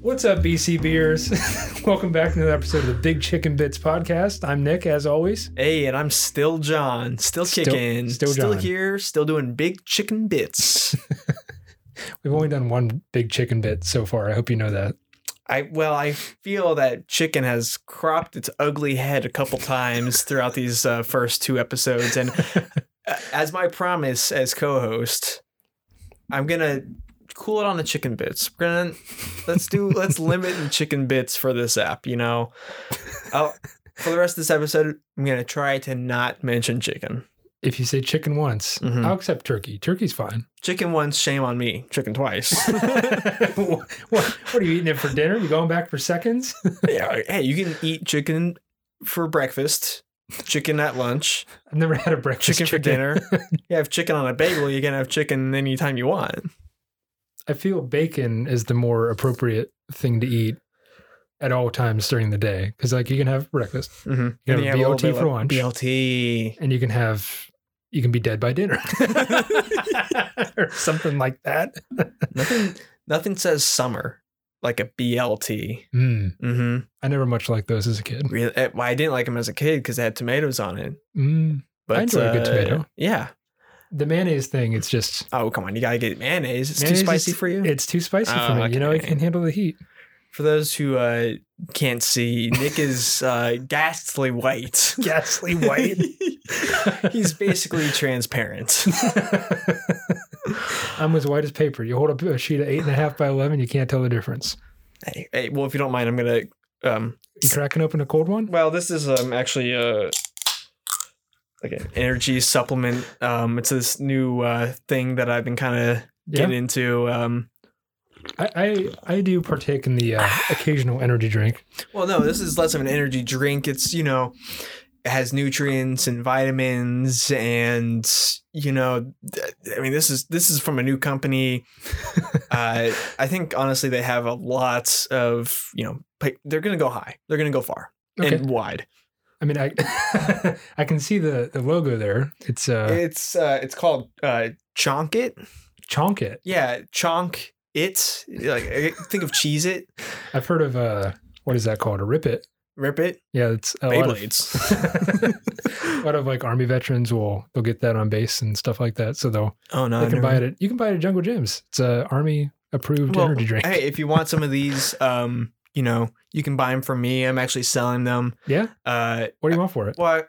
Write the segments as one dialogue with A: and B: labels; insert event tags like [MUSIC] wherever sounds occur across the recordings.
A: What's up, BC Beers? [LAUGHS] Welcome back to another episode of the Big Chicken Bits podcast. I'm Nick, as always.
B: Hey, and I'm still John, still
A: Still-
B: kicking,
A: still John.
B: here, still doing big
A: [LAUGHS]
B: chicken bits.
A: We've only done one Big Chicken Bit so far. I hope you know that.
B: I well, I feel that chicken has cropped its ugly head a couple times throughout these uh, first two
A: [LAUGHS]
B: episodes, and uh, as my promise as co-host, I'm gonna cool it on the chicken bits. We're gonna let's do
A: [LAUGHS]
B: let's limit the chicken bits for this app. You know, i for the rest of this episode, I'm gonna try to not mention chicken.
A: If you say chicken once,
B: Mhm.
A: I'll accept turkey. Turkey's fine. [LAUGHS]
B: Chicken once, shame on me. Chicken twice. [LAUGHS]
A: what, what are you eating it for dinner? You going back for seconds?
B: yeah, hey, you can eat chicken for breakfast, chicken
A: [LAUGHS]
B: at lunch,
A: I've never had a breakfast
B: chicken, for dinner.
A: [LAUGHS]
B: you have chicken on a bagel, you can have chicken anytime you want.
A: I feel bacon is the more appropriate thing to eat at all times during the day because, like, you can have breakfast
B: Mm-hmm.
A: You have a BLT for lunch.
B: BLT.
A: [LAUGHS] and you can have you can be dead by dinner [LAUGHS] or something like that.
B: Nothing, nothing says summer like a BLT.
A: Mm,
B: Mm-hmm.
A: I never much liked those as a kid.
B: Really, eh, well, I didn't like them as a kid because they had tomatoes on it.
A: Mm.
B: But,
A: enjoy
B: uh,
A: a good tomato.
B: Yeah.
A: The mayonnaise thing, it's just
B: Oh, come on. You got to get mayonnaise. It's
A: Mayonnaise
B: too
A: is-
B: spicy for you.
A: it's too spicy for
B: Oh,
A: me. You know, I
B: okay.
A: can handle the heat.
B: For those who uh, can't see, Nick is uh,
A: [LAUGHS]
B: ghastly white.
A: Ghastly
B: [LAUGHS] He's basically transparent.
A: [LAUGHS] I'm as white as paper. You hold up a sheet of eight and a half by eleven, you can't tell the difference.
B: Hey, hey, well, if you don't mind, I'm gonna. Um,
A: You cracking open a cold one?
B: well, this is um actually uh like an energy supplement. Um, it's this new uh thing that I've been kind of getting into. Um,
A: I, I I do partake in the [SIGHS] uh, occasional energy drink.
B: well, no, this is less of an energy drink. It's you know. It has nutrients and vitamins and you know th- i mean this is this is from a
A: [LAUGHS]
B: new company uh, i think honestly they have a lot of you know pa- they're gonna go high they're gonna go far
A: Okay.
B: and wide
A: I mean, I I [LAUGHS] can see the, the logo there. It's uh,
B: it's uh it's called uh chonk it
A: chonk it.
B: yeah chonk it like I think of cheese it
A: I've heard of uh, what is that called? A rip it.
B: rip it
A: Yeah, it's uh, a lot of, [LAUGHS]
B: beyblades
A: a lot of like army veterans will they'll get that on base and stuff like that. So they'll
B: oh no
A: they
B: I
A: can buy
B: never-
A: it. At, you can buy it at Jungle Gyms. It's a army approved
B: Well,
A: energy drink.
B: hey if you want some of these um you know you can buy them from me i'm actually selling them
A: yeah.
B: uh
A: What do you want for it?
B: well I-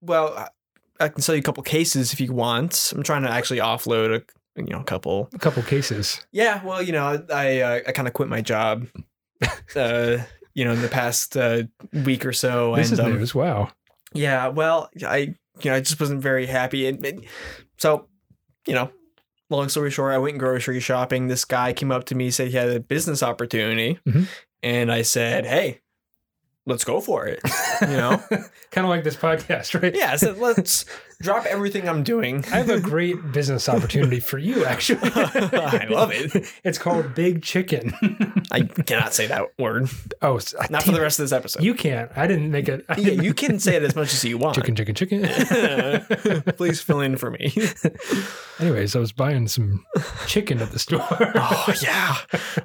B: well I- i can sell you a couple cases if you want i'm trying to actually offload a you know a couple
A: A couple cases.
B: Yeah, well, you know, I uh, I kind of quit my job, [LAUGHS] uh, you know, in the past uh, week or so,
A: this is
B: and um,
A: news. Wow.
B: yeah, well, I you know I just wasn't very happy, and, and so you know, long story short, I went grocery shopping. This guy came up to me, said he had a business opportunity,
A: Mhm.
B: and I said, hey, let's go for it. You
A: [LAUGHS]
B: know,
A: kind of like this podcast, right?
B: yeah, I said let's
A: [LAUGHS]
B: drop everything I'm doing.
A: I have a great business opportunity for you, actually.
B: [LAUGHS] I love it.
A: [LAUGHS] It's called Big Chicken.
B: I cannot say that word.
A: oh, s-
B: Not for the rest of this episode.
A: You can't. I didn't make it. I
B: Yeah,
A: didn't-
B: you can say it as much as you want.
A: chicken, chicken, chicken.
B: [LAUGHS] Please fill in
A: [LAUGHS]
B: for me.
A: Anyways, I was buying some chicken at the
B: [LAUGHS]
A: store.
B: oh yeah.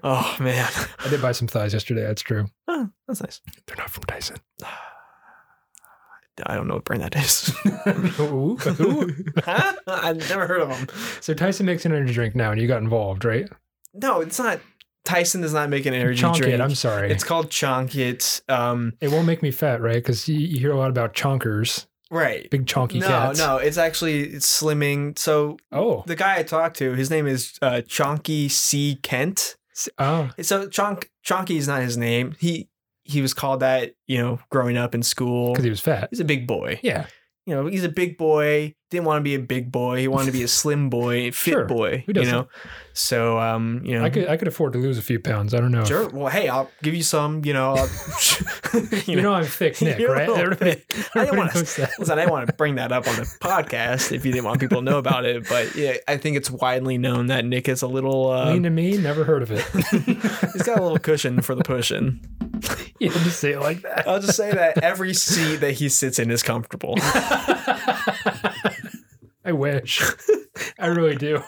B: Oh man.
A: I did buy some thighs yesterday. That's true.
B: Oh, that's nice.
A: They're not from Tyson.
B: I don't know what brand that is. [LAUGHS]
A: Ooh, ooh.
B: huh? I've never heard of them.
A: [LAUGHS] So Tyson makes an energy drink now, and you got involved, right?
B: No, it's not. Tyson does not make an energy
A: Chonk
B: drink.
A: it. I'm sorry.
B: It's called Chonk It. Um,
A: it won't make me fat, right? Because you, you hear a lot about chonkers,
B: right.
A: big chonky
B: No,
A: cats.
B: no, it's actually it's slimming. So
A: Oh,
B: the guy I talked to, his name is uh, Chonky C Kent.
A: S- ah,
B: So Chonk Chonky is not his name. He he was called that, you know, growing up in school.
A: because he was fat.
B: He's a big boy.
A: Yeah,
B: you know, he's a big boy. Didn't want to be a big boy. He wanted
A: [LAUGHS]
B: to be a slim boy, a fit
A: Sure.
B: boy.
A: Who
B: you
A: doesn't?
B: know, so um, you know,
A: I could I could afford to lose a few pounds. I don't know. if-
B: sure. Well, hey, I'll give you some.
A: [LAUGHS]
B: You know, I'll, [LAUGHS]
A: You, know, I'm thick, Nick,
B: You
A: right? [LAUGHS]
B: know,
A: Everybody,
B: I didn't
A: everybody
B: want to.
A: knows that.
B: [LAUGHS] Listen, I didn't want to bring that up on the podcast if you didn't want people to know about it. But yeah, I think it's widely known that Nick is a little. Uh,
A: Lean to me, never heard of it.
B: [LAUGHS]
A: [LAUGHS]
B: he's got a little cushion for the pushing.
A: you just say it like that.
B: I'll just say that every seat that he sits in is comfortable. [LAUGHS]
A: I wish. I really do.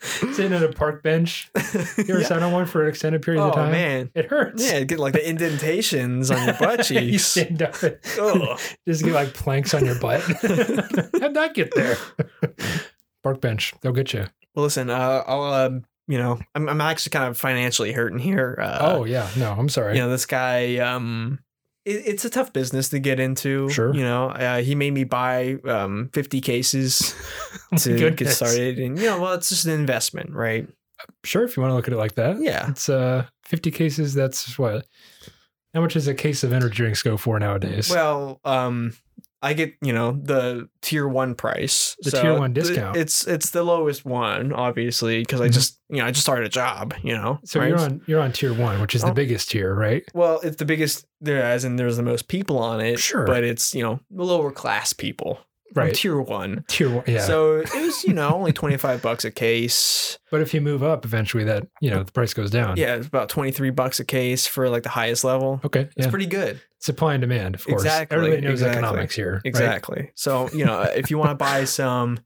A: Sitting on a park bench. You ever
B: Yeah.
A: sat on one for an extended period
B: Oh
A: of time?
B: man.
A: It hurts.
B: Yeah, get like the indentations on your butt
A: [LAUGHS] you
B: cheeks.
A: stand up and
B: Ugh.
A: [LAUGHS] just get like planks on your
B: [LAUGHS]
A: butt. How'd that get there? [LAUGHS] Park bench. They'll get you.
B: Well, listen, uh, I'll, um, you know, I'm, I'm actually kind of financially hurting here. Uh,
A: oh, yeah. No, I'm sorry.
B: you know, this guy, um, it, it's a tough business to get into.
A: Sure.
B: You know, uh, he made me buy um,
A: [LAUGHS]
B: 50 cases to get
A: goodness.
B: started. And, you know, well, it's just an investment, right?
A: Sure, if you want to look at it like that.
B: Yeah.
A: It's uh 50 cases. That's what? How much does a case of energy drinks go for nowadays?
B: Well, um, I get you know the tier one price,
A: The tier one
B: th-
A: discount.
B: It's it's the lowest one, obviously, because I
A: Mhm.
B: just you know I just started a job, you know.
A: so
B: right?
A: you're on you're on tier one, which is
B: Oh.
A: the biggest tier, right?
B: Well, it's the biggest there, as in there's the most people on it.
A: Sure.
B: but it's you know the lower class people, I'm
A: Right.
B: tier one.
A: Tier one. Yeah.
B: So it was you know only twenty five bucks a case.
A: but if you move up, eventually that you know the price goes down.
B: Yeah, it's about twenty three bucks a case for like the highest level.
A: Okay.
B: It's
A: Yeah.
B: pretty good.
A: Supply and demand, of course.
B: Exactly,
A: Everybody knows
B: exactly,
A: economics here. right?
B: Exactly. So, you know, if you want to buy some,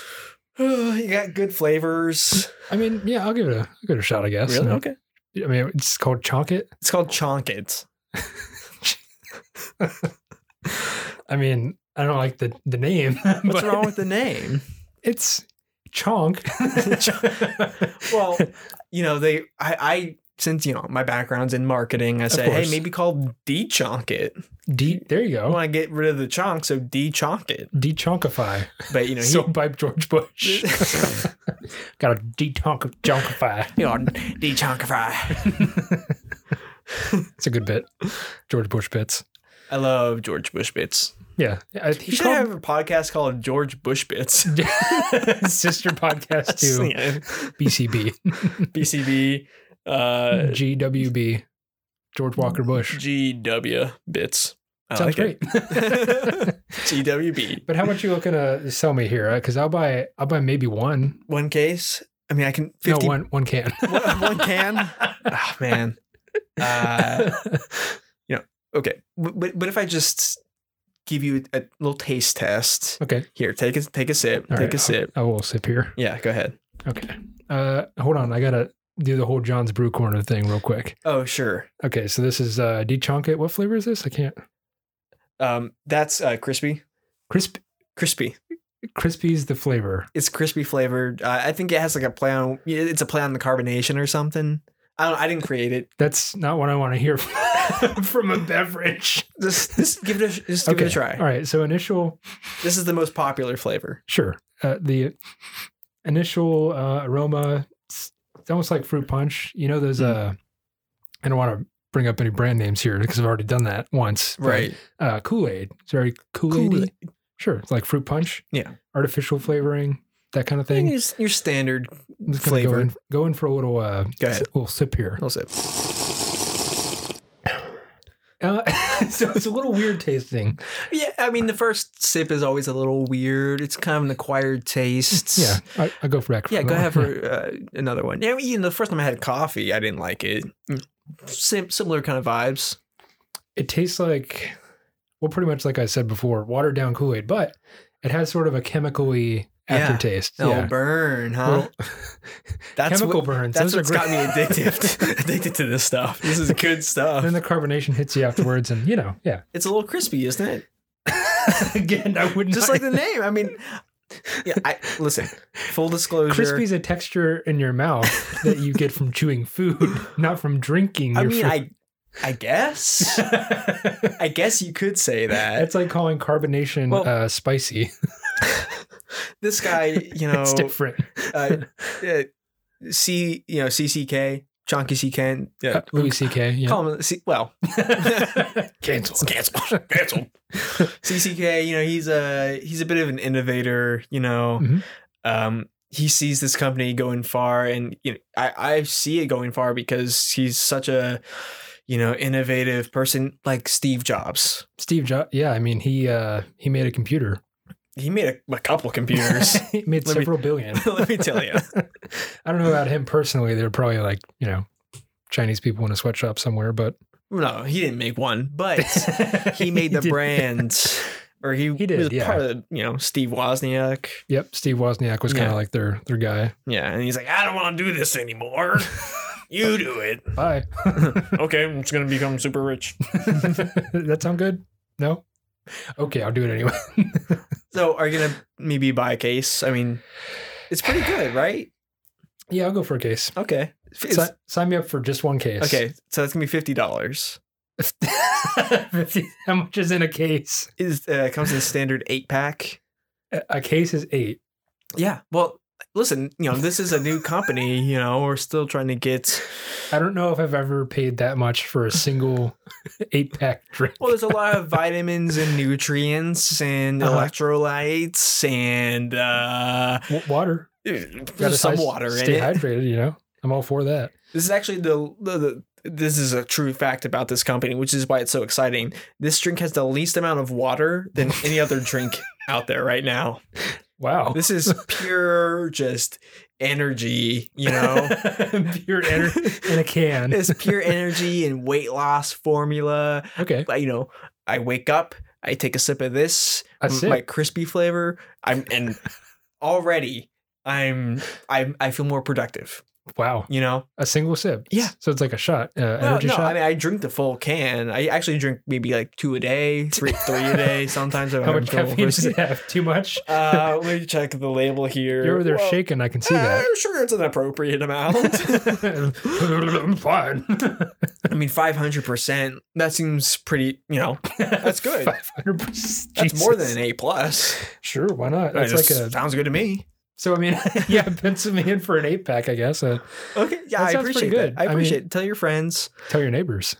B: [SIGHS] you got
A: [LAUGHS]
B: good flavors.
A: I mean, yeah, I'll give it a I'll give it a shot, I guess. No.
B: Okay.
A: I mean, it's called Chonk It.
B: It's called Chonk It.
A: I mean, I don't like the the name. [LAUGHS]
B: What's
A: but
B: wrong with the name?
A: It's
B: [LAUGHS]
A: Chonk.
B: Well, [LAUGHS] you know, they, I, I, since, you know, my background's in marketing, I said, hey,
A: course. Oh.
B: maybe call D Chonk It.
A: D. There you
B: I
A: go.
B: want to get rid of the chonk, so D Chonk It.
A: Dechonkify.
B: But, you know, he,
A: [LAUGHS] so by George
B: [LAUGHS]
A: Bush. Got a detonk jonkify.
B: you know, D Chonkify.
A: It's a good bit. George Bush bits.
B: I love George Bush Bits.
A: Yeah. I,
B: You
A: he
B: should
A: called
B: have a podcast called George Bush [LAUGHS] Bits.
A: sister podcast to
B: Yeah.
A: BCB.
B: BCB, uh,
A: GWB. George Walker Bush.
B: GW bits. I
A: Sounds great.
B: [LAUGHS] It. GWB.
A: but how much you looking to sell me here? Because I'll buy I'll buy maybe one.
B: One case. I mean, I can 50.
A: No, one one can.
B: One-
A: [LAUGHS]
B: one can? Ah, man. Uh, okay. But, but but if I just give you a little taste test
A: okay.
B: here, take a take a sip.
A: All
B: take
A: right,
B: a sip.
A: I will sip here.
B: Yeah, go ahead.
A: Okay. Uh, hold on. I gotta do the whole John's Brew Corner thing real quick.
B: Oh, sure.
A: Okay, so this is uh dechonk it. What flavor is this? I can't.
B: Um, that's uh, crispy.
A: Crisp
B: Crispy.
A: crispy's the flavor.
B: It's crispy flavored. Uh, I think it has like a play on. It's a play on the carbonation or something. I don't. I didn't create it.
A: That's not what I want to hear [LAUGHS] from, from a beverage.
B: Just, just give it a just give
A: Okay.
B: it a try.
A: All right. So initial,
B: This is the most popular flavor.
A: sure. Uh, the initial uh, aroma, it's, it's almost like fruit punch. You know
B: Hmm.
A: those. Uh, I don't want to bring up any brand names here because I've already done that once. but, Uh, Kool Aid. It's very Kool Aid. Sure. It's like fruit punch.
B: Yeah.
A: Artificial flavoring, that kind of thing.
B: Your, your standard.
A: I'm just gonna Go
B: Flavor.
A: in, go in for a little uh,
B: Go ahead.
A: s- little sip here.
B: I'll say.
A: Uh, [LAUGHS] so it's a little weird tasting.
B: Yeah, I mean the first sip is always a little weird. It's kind of an acquired taste.
A: Yeah, I, I go for that.
B: Yeah,
A: that [LAUGHS]
B: go
A: one.
B: ahead for uh, another one. Yeah, you know, the first time I had coffee, I didn't like it. Mm. Sim- similar kind of vibes.
A: It tastes like, well, pretty much like I said before, watered down Kool Aid, but it has sort of a chemically
B: Yeah.
A: aftertaste.
B: Oh,
A: yeah.
B: burn, huh?
A: Little-
B: that's
A: chemical
B: what,
A: burns.
B: that's
A: Those
B: what's
A: are
B: got me
A: great.
B: addicted [LAUGHS] addicted to this stuff. This is good
A: [LAUGHS]
B: stuff.
A: then the carbonation hits you afterwards, and you know,
B: [LAUGHS]
A: yeah.
B: It's a little crispy, isn't
A: [LAUGHS]
B: it?
A: Again, I wouldn't
B: Just like the name. I mean, yeah. I listen. Full disclosure.
A: crispy's a texture in your mouth that you get from chewing food,
B: [LAUGHS]
A: not from drinking.
B: I
A: your
B: mean,
A: food.
B: I, I guess,
A: [LAUGHS]
B: I guess you could say that.
A: That's like calling carbonation
B: Well-
A: uh, spicy.
B: This guy,
A: [LAUGHS]
B: you know,
A: it's different.
B: uh, uh, C, you know, CCK, Chonky C Ken, yeah,
A: Uh, Louis C.K. Yeah.
B: call [LAUGHS] him C, well,
A: Cancel.
B: cancel, cancel. CCK, you know, he's a he's a bit of an innovator. You know,
A: Mhm.
B: um, he sees this company going far, and you know, I I see it going far because he's such a you know innovative person, like Steve Jobs.
A: Steve Jobs. Yeah, I mean he uh, he made a computer.
B: He made a, a couple
A: [LAUGHS]
B: computers. [LAUGHS]
A: he made
B: Let me-
A: several
B: [LAUGHS]
A: billion.
B: Let me tell you.
A: I don't know about him personally. They're probably like you know Chinese people in a
B: [LAUGHS]
A: sweatshop somewhere, but [LAUGHS]
B: No, he didn't make one, but he made the
A: did-
B: brand. or he,
A: He did,
B: was
A: yeah.
B: part of the, you know Steve Wozniak.
A: Yep, Steve Wozniak was kind of
B: Yeah.
A: like their their guy.
B: Yeah, and he's like, I don't want to do
A: [LAUGHS]
B: this anymore. you do it.
A: Bye. [LAUGHS]
B: Okay, I'm just gonna become super rich.
A: that sound good? No. Okay, I'll do it anyway. [LAUGHS]
B: So, are you gonna maybe buy a case? I mean, it's pretty good, right?
A: yeah, I'll go for a case.
B: Okay. It's-
A: Si- sign me up for just one case. [LAUGHS]
B: okay, so that's gonna be fifty dollars.
A: How much is in a case?
B: Is uh, it comes in a standard eight pack?
A: A- A case is eight.
B: Yeah. Well, listen, you know, this is a new company. You know, we're still trying to get.
A: I don't know if I've ever paid that much for a single [LAUGHS] eight pack drink.
B: Well, there's a lot of vitamins and nutrients and
A: Uh-huh.
B: electrolytes and uh,
A: W- water.
B: there's some
A: stay-
B: water in
A: Stay
B: it.
A: hydrated, you know? I'm all for that.
B: This is actually the, the, the this is a true fact about this company, which is why it's so exciting. This drink has the least amount of water
A: [LAUGHS]
B: than any other drink out there right now.
A: Wow. [LAUGHS]
B: This is pure just energy, you know.
A: [LAUGHS] Pure energy in a can.
B: it's pure energy and weight loss formula.
A: Okay.
B: Like, you know, I wake up, I take a sip of this,
A: That's
B: m- my
A: it.
B: crispy flavor. I'm
A: [LAUGHS]
B: and already I'm I'm I feel more productive.
A: Wow.
B: You know,
A: A single sip.
B: Yeah.
A: So it's like a shot, uh,
B: no,
A: energy
B: no,
A: shot.
B: I mean I drink the full can. I actually drink maybe like two a day, three three
A: [LAUGHS]
B: a day. Sometimes I'm
A: How
B: having
A: much
B: trouble
A: caffeine does
B: [LAUGHS] with-
A: it have? Too much?
B: Uh, let me check the label here.
A: You're over there
B: Well,
A: shaking. I can see
B: uh, [LAUGHS]
A: that.
B: sure, it's an
A: [LAUGHS]
B: appropriate amount. [LAUGHS]
A: I'm fine.
B: I mean, five hundred percent. That seems pretty. You know, that's good.
A: 500%.
B: That's more
A: Jesus.
B: than an
A: [LAUGHS]
B: A plus.
A: Sure, why not?
B: That's
A: That's like a
B: sounds good to me.
A: so. I mean, [LAUGHS] yeah, pencil me in for an eight pack, I guess. Uh,
B: Okay, yeah,
A: That
B: I
A: sounds pretty
B: appreciate
A: good.
B: that. I
A: I mean-
B: appreciate it. Tell your
A: [LAUGHS]
B: friends. [LAUGHS]
A: tell your neighbors,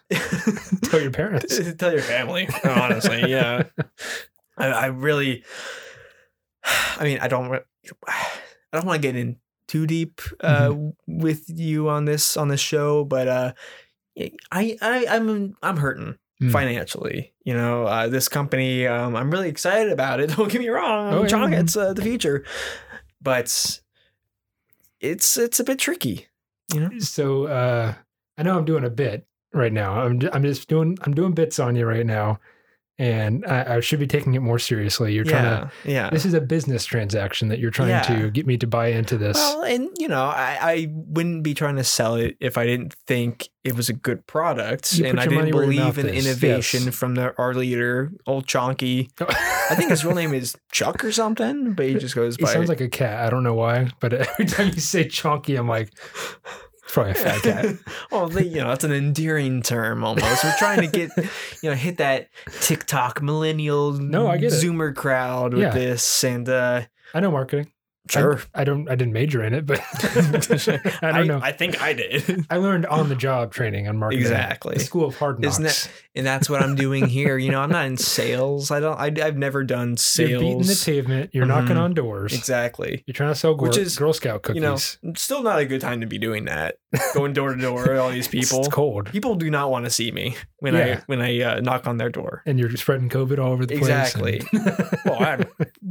A: tell your parents.
B: Tell your family.
A: [LAUGHS]
B: Honestly, yeah. I, I really. I mean, I don't. wa- I don't want to get in too deep uh,
A: Mm-hmm.
B: with you on this on this show, but uh, I, I I'm I'm hurting
A: Mm.
B: financially. You know, uh, this company. Um, I'm really excited about it. [LAUGHS] Don't get me wrong.
A: Oh,
B: I'm
A: yeah.
B: trying. It's uh, the future, but it's it's a bit tricky. You know.
A: So uh, I know I'm doing a bit right now. I'm ju- I'm just doing I'm doing bits on you right now, and I, I should be taking it more seriously. You're trying to.
B: yeah. yeah.
A: This is a business transaction that you're trying
B: Yeah.
A: to get me to buy into this. [LAUGHS]
B: Well, and you know, I, I wouldn't be trying to sell it if I didn't think it was a good product,
A: You
B: and
A: put
B: I
A: your
B: didn't
A: money where your
B: believe
A: mouth
B: in
A: is,
B: innovation
A: yes.
B: from the, our leader, old Chonky. I think his real name is Chuck or something, but he just goes
A: He
B: by.
A: sounds like a cat. I don't know why, but [LAUGHS] every time you say chonky, I'm like, it's probably a fat cat.
B: [LAUGHS] well, they, you know, that's an endearing term almost. We're trying to get, you know, hit that TikTok millennial
A: No, I get it.
B: Zoomer crowd with
A: Yeah.
B: this, and uh,
A: I know marketing. I- I, don't. I didn't major in it,
B: [LAUGHS]
A: but [LAUGHS] I don't know.
B: I think I did.
A: I learned on the job training on marketing.
B: Exactly.
A: The school of hard knocks.
B: Isn't that- and that's what I'm doing here. You know, I'm not in sales. I don't. I, I've never done sales.
A: You're beating the pavement. You're knocking
B: Mhm.
A: on doors.
B: Exactly.
A: You're trying to sell
B: Which
A: Which
B: is,
A: Girl Scout cookies.
B: you know, Still not a good time to be doing that. Going door to door, with all these
A: [LAUGHS] It's-
B: people.
A: It's cold,
B: People do not want to see me when I
A: Yeah.
B: when I uh, knock on their door.
A: and you're spreading COVID all over the
B: Exactly.
A: place. [LAUGHS] Exactly.
B: Well, I'm,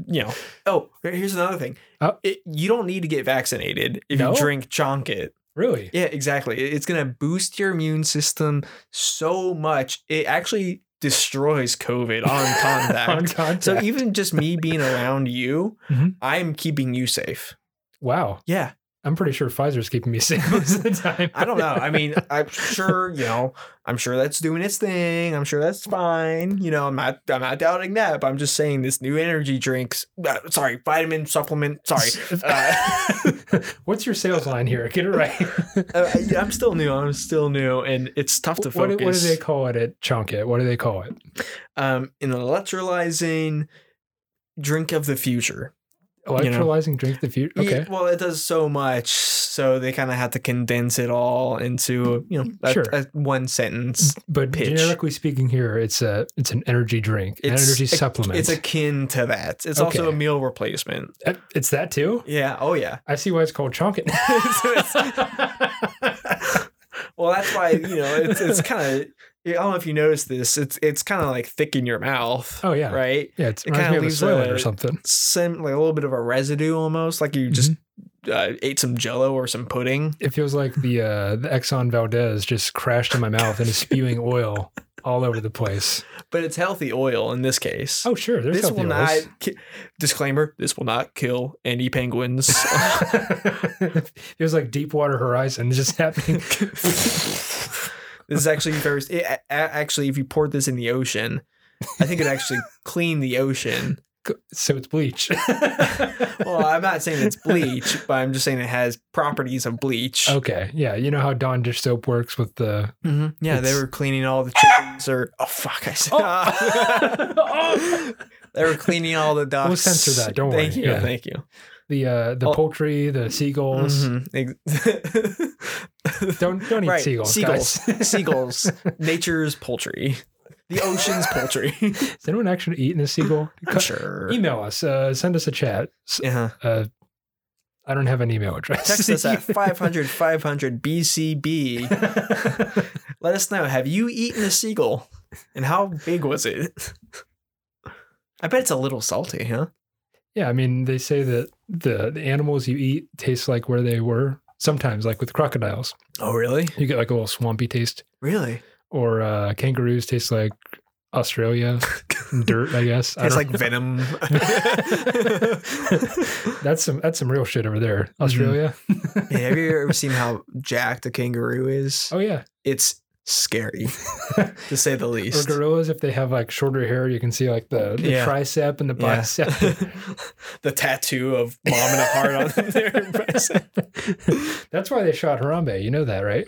B: you know. Oh, here's another thing.
A: Oh.
B: It, you don't need to get vaccinated if
A: No?
B: you drink chonk it.
A: really?
B: Yeah, exactly. It- It's gonna boost your immune system so much. It actually destroys COVID
A: [LAUGHS]
B: [LAUGHS] on contact.
A: on contact.
B: So e- even just me being around you,
A: Mhm.
B: I'm keeping you safe.
A: wow,
B: Yeah,
A: I'm pretty sure Pfizer's keeping me safe most of the time.
B: I don't know. I mean, I'm sure you know. I'm sure that's doing its thing. I'm sure that's fine. You know, I'm not. I'm not doubting that. But I'm just saying this new energy drinks. Uh, sorry, vitamin supplement.
A: [LAUGHS]
B: Sorry. Uh,
A: What's your sales line here? Get it right.
B: Uh, I- I'm still new. I'm still new, and it's tough [LAUGHS] to
A: What,
B: focus.
A: do- what do they call it at Chonket? What do they call it?
B: Um, an electrolyzing drink of the future. You know. E-
A: Electrolyzing drink the future.
B: Yeah,
A: Okay.
B: well, it does so much, so they kind of had to condense it all into you know a,
A: Sure.
B: a one sentence.
A: But
B: Pitch.
A: generically speaking, here it's a it's an energy drink, an
B: It's
A: energy
B: a-
A: supplement.
B: [LAUGHS] It's akin to that. It's also a
A: Okay.
B: meal replacement.
A: Uh, it's that too.
B: Yeah. Oh yeah. [LAUGHS]
A: I see why it's called Chonket.
B: So Well, that's why you know it's it's kind of. I don't know if you noticed this. It's it's kind of like thick in your mouth,
A: oh yeah,
B: right?
A: yeah. It's,
B: It
A: it reminds
B: kinda
A: me of a
B: leaves
A: soylent
B: a-
A: or something.
B: Some like a little bit of a residue, almost like you just
A: Mm-hmm.
B: uh, ate some Jello or some pudding.
A: It feels like the uh, the Exxon Valdez just crashed in my mouth and is spewing oil all over the place.
B: but it's healthy oil in this case.
A: Oh, sure. There's
B: this will
A: healthy
B: not
A: oils.
B: ki- disclaimer. This will not kill
A: [LAUGHS]
B: any penguins.
A: it was like Deepwater Horizon just happening. [LAUGHS]
B: this is actually very. It, a- a- actually, if you poured this in the ocean, I think
A: [LAUGHS]
B: it actually clean the ocean.
A: so it's
B: [LAUGHS]
A: bleach.
B: Well, I'm not saying it's bleach, but I'm just saying it has properties of bleach.
A: okay. Yeah. You know how Dawn dish soap works with the.
B: hmm Yeah, they
A: It's-
B: were cleaning all the chickens or oh fuck, I said.
A: [LAUGHS]
B: uh, [LAUGHS]
A: Oh.
B: they were cleaning all the ducks.
A: censor that, don't
B: thank
A: worry,
B: You,
A: yeah.
B: Thank you.
A: the uh, the
B: Oh.
A: poultry, the seagulls.
B: Mhm, ex- [LAUGHS]
A: Don't don't eat
B: Right,
A: seagulls.
B: seagulls.
A: guys. [LAUGHS]
B: Seagulls, [LAUGHS] nature's poultry, the ocean's poultry.
A: Is anyone actually eating a
B: [LAUGHS]
A: seagull?
B: I'm
A: Co-
B: [LAUGHS] sure. Uh-huh.
A: Email us. Uh, send us a chat. S-
B: Yeah.
A: Uh, I don't have an email address.
B: Text us
A: [LAUGHS]
B: [LAUGHS] at 500 500 [LAUGHS] BCB. Let us know. Have you eaten a seagull? And how big was it? I bet it's a little salty, huh?
A: yeah, I mean, they say that the, the animals you eat taste like where they were. Sometimes, like with crocodiles,
B: Oh, really?
A: you get like a little swampy taste.
B: Really?
A: Or uh, kangaroos taste like
B: [LAUGHS]
A: Australia dirt, I guess. I
B: It's
A: don't
B: like [LAUGHS] venom.
A: know. that's some that's some real shit over there,
B: Mhm.
A: Australia.
B: Hey, have you ever seen how jacked a kangaroo is?
A: Oh yeah,
B: It's [LAUGHS] scary, to say the
A: or
B: least.
A: gorillas if they have like shorter hair, you can see like the, the
B: Yeah.
A: tricep and the
B: Yeah.
A: bicep.
B: [LAUGHS] the tattoo of mom and a heart on [LAUGHS]
A: [LAUGHS]
B: their bicep.
A: That's why they shot Harambe. You know that, right?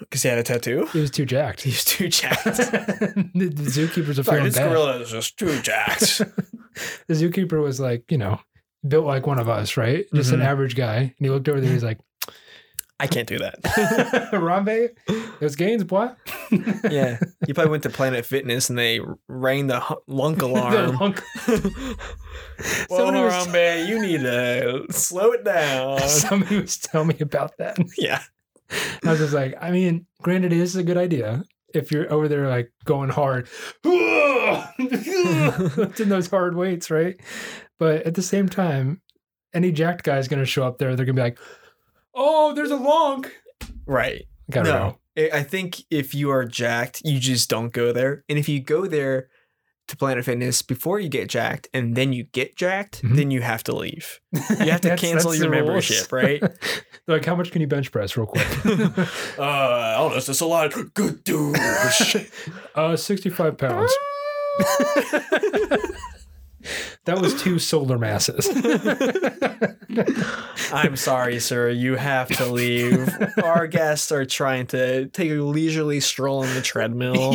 B: Because he had a tattoo?
A: He was too
B: [LAUGHS]
A: jacked.
B: He's too jacked.
A: the, the zookeepers are
B: Sorry,
A: feeling
B: this
A: bad.
B: gorilla is just too jacked.
A: [LAUGHS] The zookeeper was like, you know, built like one of us, right? Just an
B: Mhm.
A: average guy. And he looked over there. He's
B: [LAUGHS]
A: like,
B: [LAUGHS] I can't do that. [LAUGHS]
A: Harambe, those gains, boy. [LAUGHS]
B: yeah. You probably went to Planet Fitness and they rang [LAUGHS] the hu- lunk
A: The
B: alarm.
A: monk-
B: well,
A: Somebody was-
B: Harambe, you need to slow it
A: [LAUGHS]
B: down.
A: Somebody was telling me about that.
B: [LAUGHS] yeah.
A: I was just like, I mean, granted, it is a good idea if you're over there like going hard, [LAUGHS] lifting those hard weights, right? But at the same time, any jacked guy is going to show up there. They're going to be like, "Oh, there's a long."
B: Right.
A: Like, I don't know.
B: no. I I think if you are jacked, you just don't go there. And if you go there to Planet Fitness before you get jacked and then you get jacked,
A: Mhm.
B: then you have to leave.
A: [LAUGHS]
B: You have to
A: That's-
B: cancel
A: that's
B: your
A: the rules. [LAUGHS]
B: membership, right?
A: They're like, how much can you bench press, real quick? [LAUGHS]
B: uh, I don't know. It's just a lot. Good
A: [LAUGHS]
B: dude.
A: uh, sixty-five pounds. That was two solar masses. [LAUGHS]
B: I'm sorry, sir. You have
A: [LAUGHS]
B: to leave. Our guests are trying to take a leisurely stroll on the treadmill.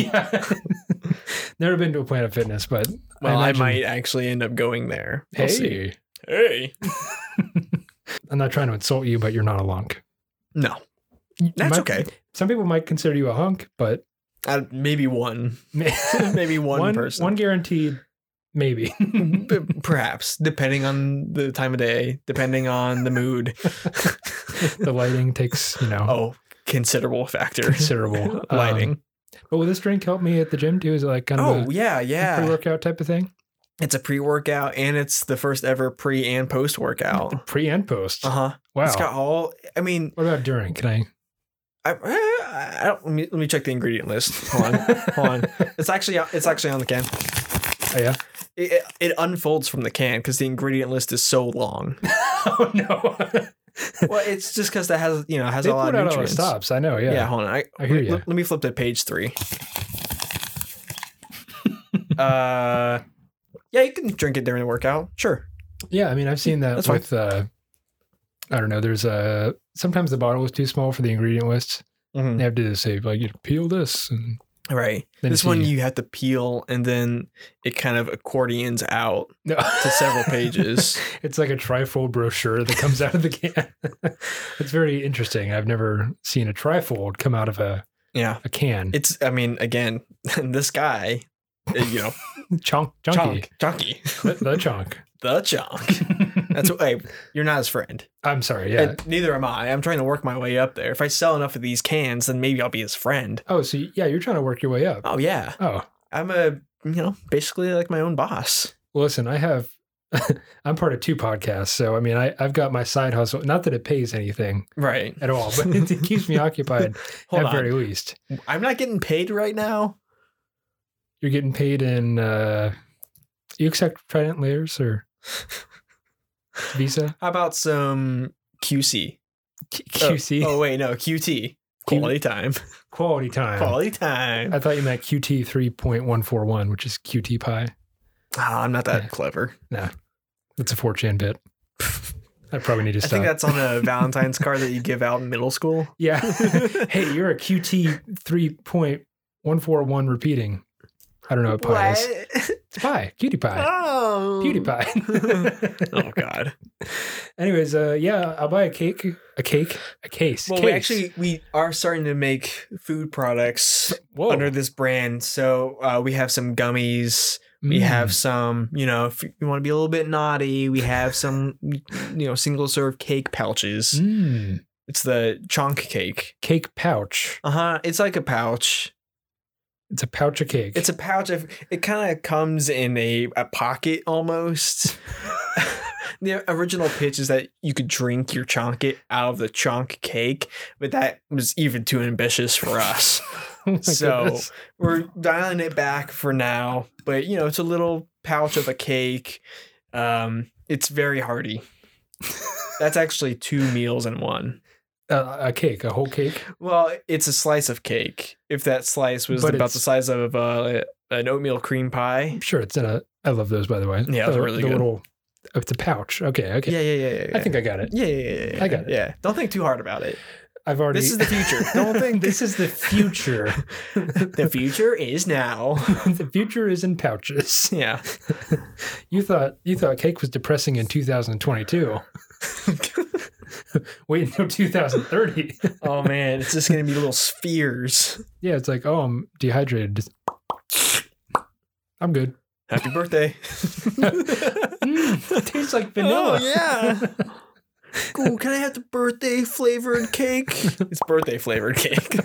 A: [LAUGHS] Yeah. Never been to a Planet Fitness, but
B: Well, I,
A: imagine-
B: might actually end up going there. We'll see.
A: Hey,
B: Hey.
A: I'm not trying to insult you, but you're not a lunk.
B: No,
A: You
B: that's
A: might-
B: okay.
A: Some people might consider you a hunk, but
B: Uh, maybe one.
A: one,
B: Maybe [LAUGHS] one, person. [LAUGHS]
A: one guaranteed, maybe. [LAUGHS]
B: P- Perhaps, depending on the time of day, depending on
A: [LAUGHS]
B: the mood.
A: the lighting takes, you know,
B: oh, considerable factor.
A: considerable Um,
B: Lighting.
A: but will this drink help me at the gym too? Is it like kind of
B: [LAUGHS] oh, yeah,
A: a
B: yeah.
A: pre-workout type of thing?
B: It's a pre-workout and it's the first ever pre and post workout.
A: Pre and post.
B: Uh huh.
A: wow.
B: It's got all. I mean,
A: what about during? Can I?
B: I, eh, I I don't. Let me, let me check the ingredient list. Hold on. Hold on.
A: [LAUGHS]
B: It's actually it's actually on the can.
A: Oh, yeah.
B: It, it, it unfolds from the can because the ingredient list is so
A: [LAUGHS]
B: long.
A: oh no.
B: well, it's just because that has you know has
A: they
B: a lot
A: put
B: of
A: out all the
B: nutrients.
A: stops. I know.
B: yeah.
A: Yeah.
B: hold on. I,
A: I hear
B: let-
A: ya.
B: Let, me flip to page three. uh, yeah, you can drink it during the workout. Sure.
A: Yeah, I mean, I've seen that
B: That's fine.
A: with uh, I don't know. There's uh, sometimes the bottle is too small for the ingredient list.
B: Mhm.
A: They have to say like, you peel this, and
B: Right.
A: Mm-hmm. Then
B: this
A: see-
B: one you have to peel and then it kind of accordions out
A: no,
B: to several pages.
A: [LAUGHS] it's like a trifold brochure that comes out of the can. [LAUGHS] it's very interesting. I've never seen a trifold come out of a,
B: yeah.
A: a can.
B: It's I mean, again, [LAUGHS] this guy, uh, you know,
A: chunk, chunky,
B: chonk, chunky,
A: the, the chunk.
B: [LAUGHS] the chonk. That's hey, you're not his friend.
A: I'm sorry. Yeah.
B: And neither am I. I'm trying to work my way up there. If I sell enough of these cans, then maybe I'll be his friend.
A: oh, so yeah, you're trying to work your way up.
B: Oh yeah.
A: Oh,
B: I'm a you know, basically like my own boss.
A: well, listen, I have [LAUGHS] I'm part of two podcasts, so I mean, I, I've got my side hustle. Not that it pays anything
B: Right.
A: at all, but it, keeps
B: [LAUGHS]
A: me occupied
B: Hold
A: at
B: on.
A: very least.
B: I'm not getting paid right now.
A: You're getting paid in. uh You accept Trident layers [LAUGHS] or Visa
B: How about some QC?
A: [LAUGHS] Q-
B: Oh,
A: QC
B: Oh, wait, no, QT. Quality time.
A: quality time.
B: Quality time.
A: I thought you meant QT three point one four one, which is QT pi.
B: Ah, I'm not
A: Yeah.
B: that clever.
A: That's a four chan
B: [LAUGHS]
A: bit. I probably need to
B: I
A: stop.
B: think that's on
A: [LAUGHS]
B: a Valentine's card that you give out in middle school.
A: yeah. [LAUGHS]
B: [LAUGHS]
A: hey, you're a QT three point one four one repeating. I don't know what pi is. It's pi. Cutie pie.
B: [LAUGHS] Oh.
A: Cutie
B: [LAUGHS]
A: pie. [LAUGHS]
B: Oh God.
A: Anyways, uh, yeah, I'll buy a cake, a cake, a case.
B: Well,
A: case.
B: we actually we are starting to make food products
A: Whoa.
B: under this brand. So uh, we have some gummies. We
A: Mm.
B: have some, you know, if you want to be a little bit naughty, we have some, you know, single serve cake pouches.
A: Mm.
B: It's the chonk cake.
A: cake pouch.
B: Uh huh. It's like a pouch.
A: It's a pouch of cake.
B: It's a pouch. Of, it kind of comes in a, a pocket almost. the original pitch is that you could drink your chonk it out of the chonk cake, but that was even too ambitious for us.
A: [LAUGHS] Oh my
B: [LAUGHS] so-
A: goodness.
B: We're dialing it back for now, but you know, it's a little pouch of a cake. Um, it's
A: [LAUGHS]
B: very hearty. That's actually two meals in one.
A: Uh, a cake, a whole cake.
B: Well, it's a slice of cake. If that slice was
A: But
B: about the
A: it's-
B: size of uh, an oatmeal cream pie.
A: I'm sure it's in a. I love those, by the way.
B: Yeah, those
A: the,
B: are really
A: the
B: good.
A: Little, oh, it's a pouch. Okay, okay.
B: Yeah, yeah, yeah, yeah. yeah.
A: I think I got it.
B: Yeah, yeah, yeah, yeah.
A: I got it.
B: Yeah. Don't think too hard about it.
A: I've already. [LAUGHS]
B: This is the [LAUGHS] future. Don't think
A: this is the future.
B: the future is now.
A: [LAUGHS] the future is in pouches.
B: Yeah.
A: You thought you thought cake was depressing in 2022. [LAUGHS] Wait until 2030.
B: oh man, it's just gonna be little spheres.
A: Yeah, it's like, oh, I'm dehydrated. Just- I'm
B: [LAUGHS]
A: good.
B: Happy
A: [LAUGHS]
B: birthday.
A: Mm, tastes like vanilla. [LAUGHS]
B: Oh [LAUGHS] yeah. Ooh, can I have the birthday flavored cake? [LAUGHS] It's birthday flavored [LAUGHS] cake.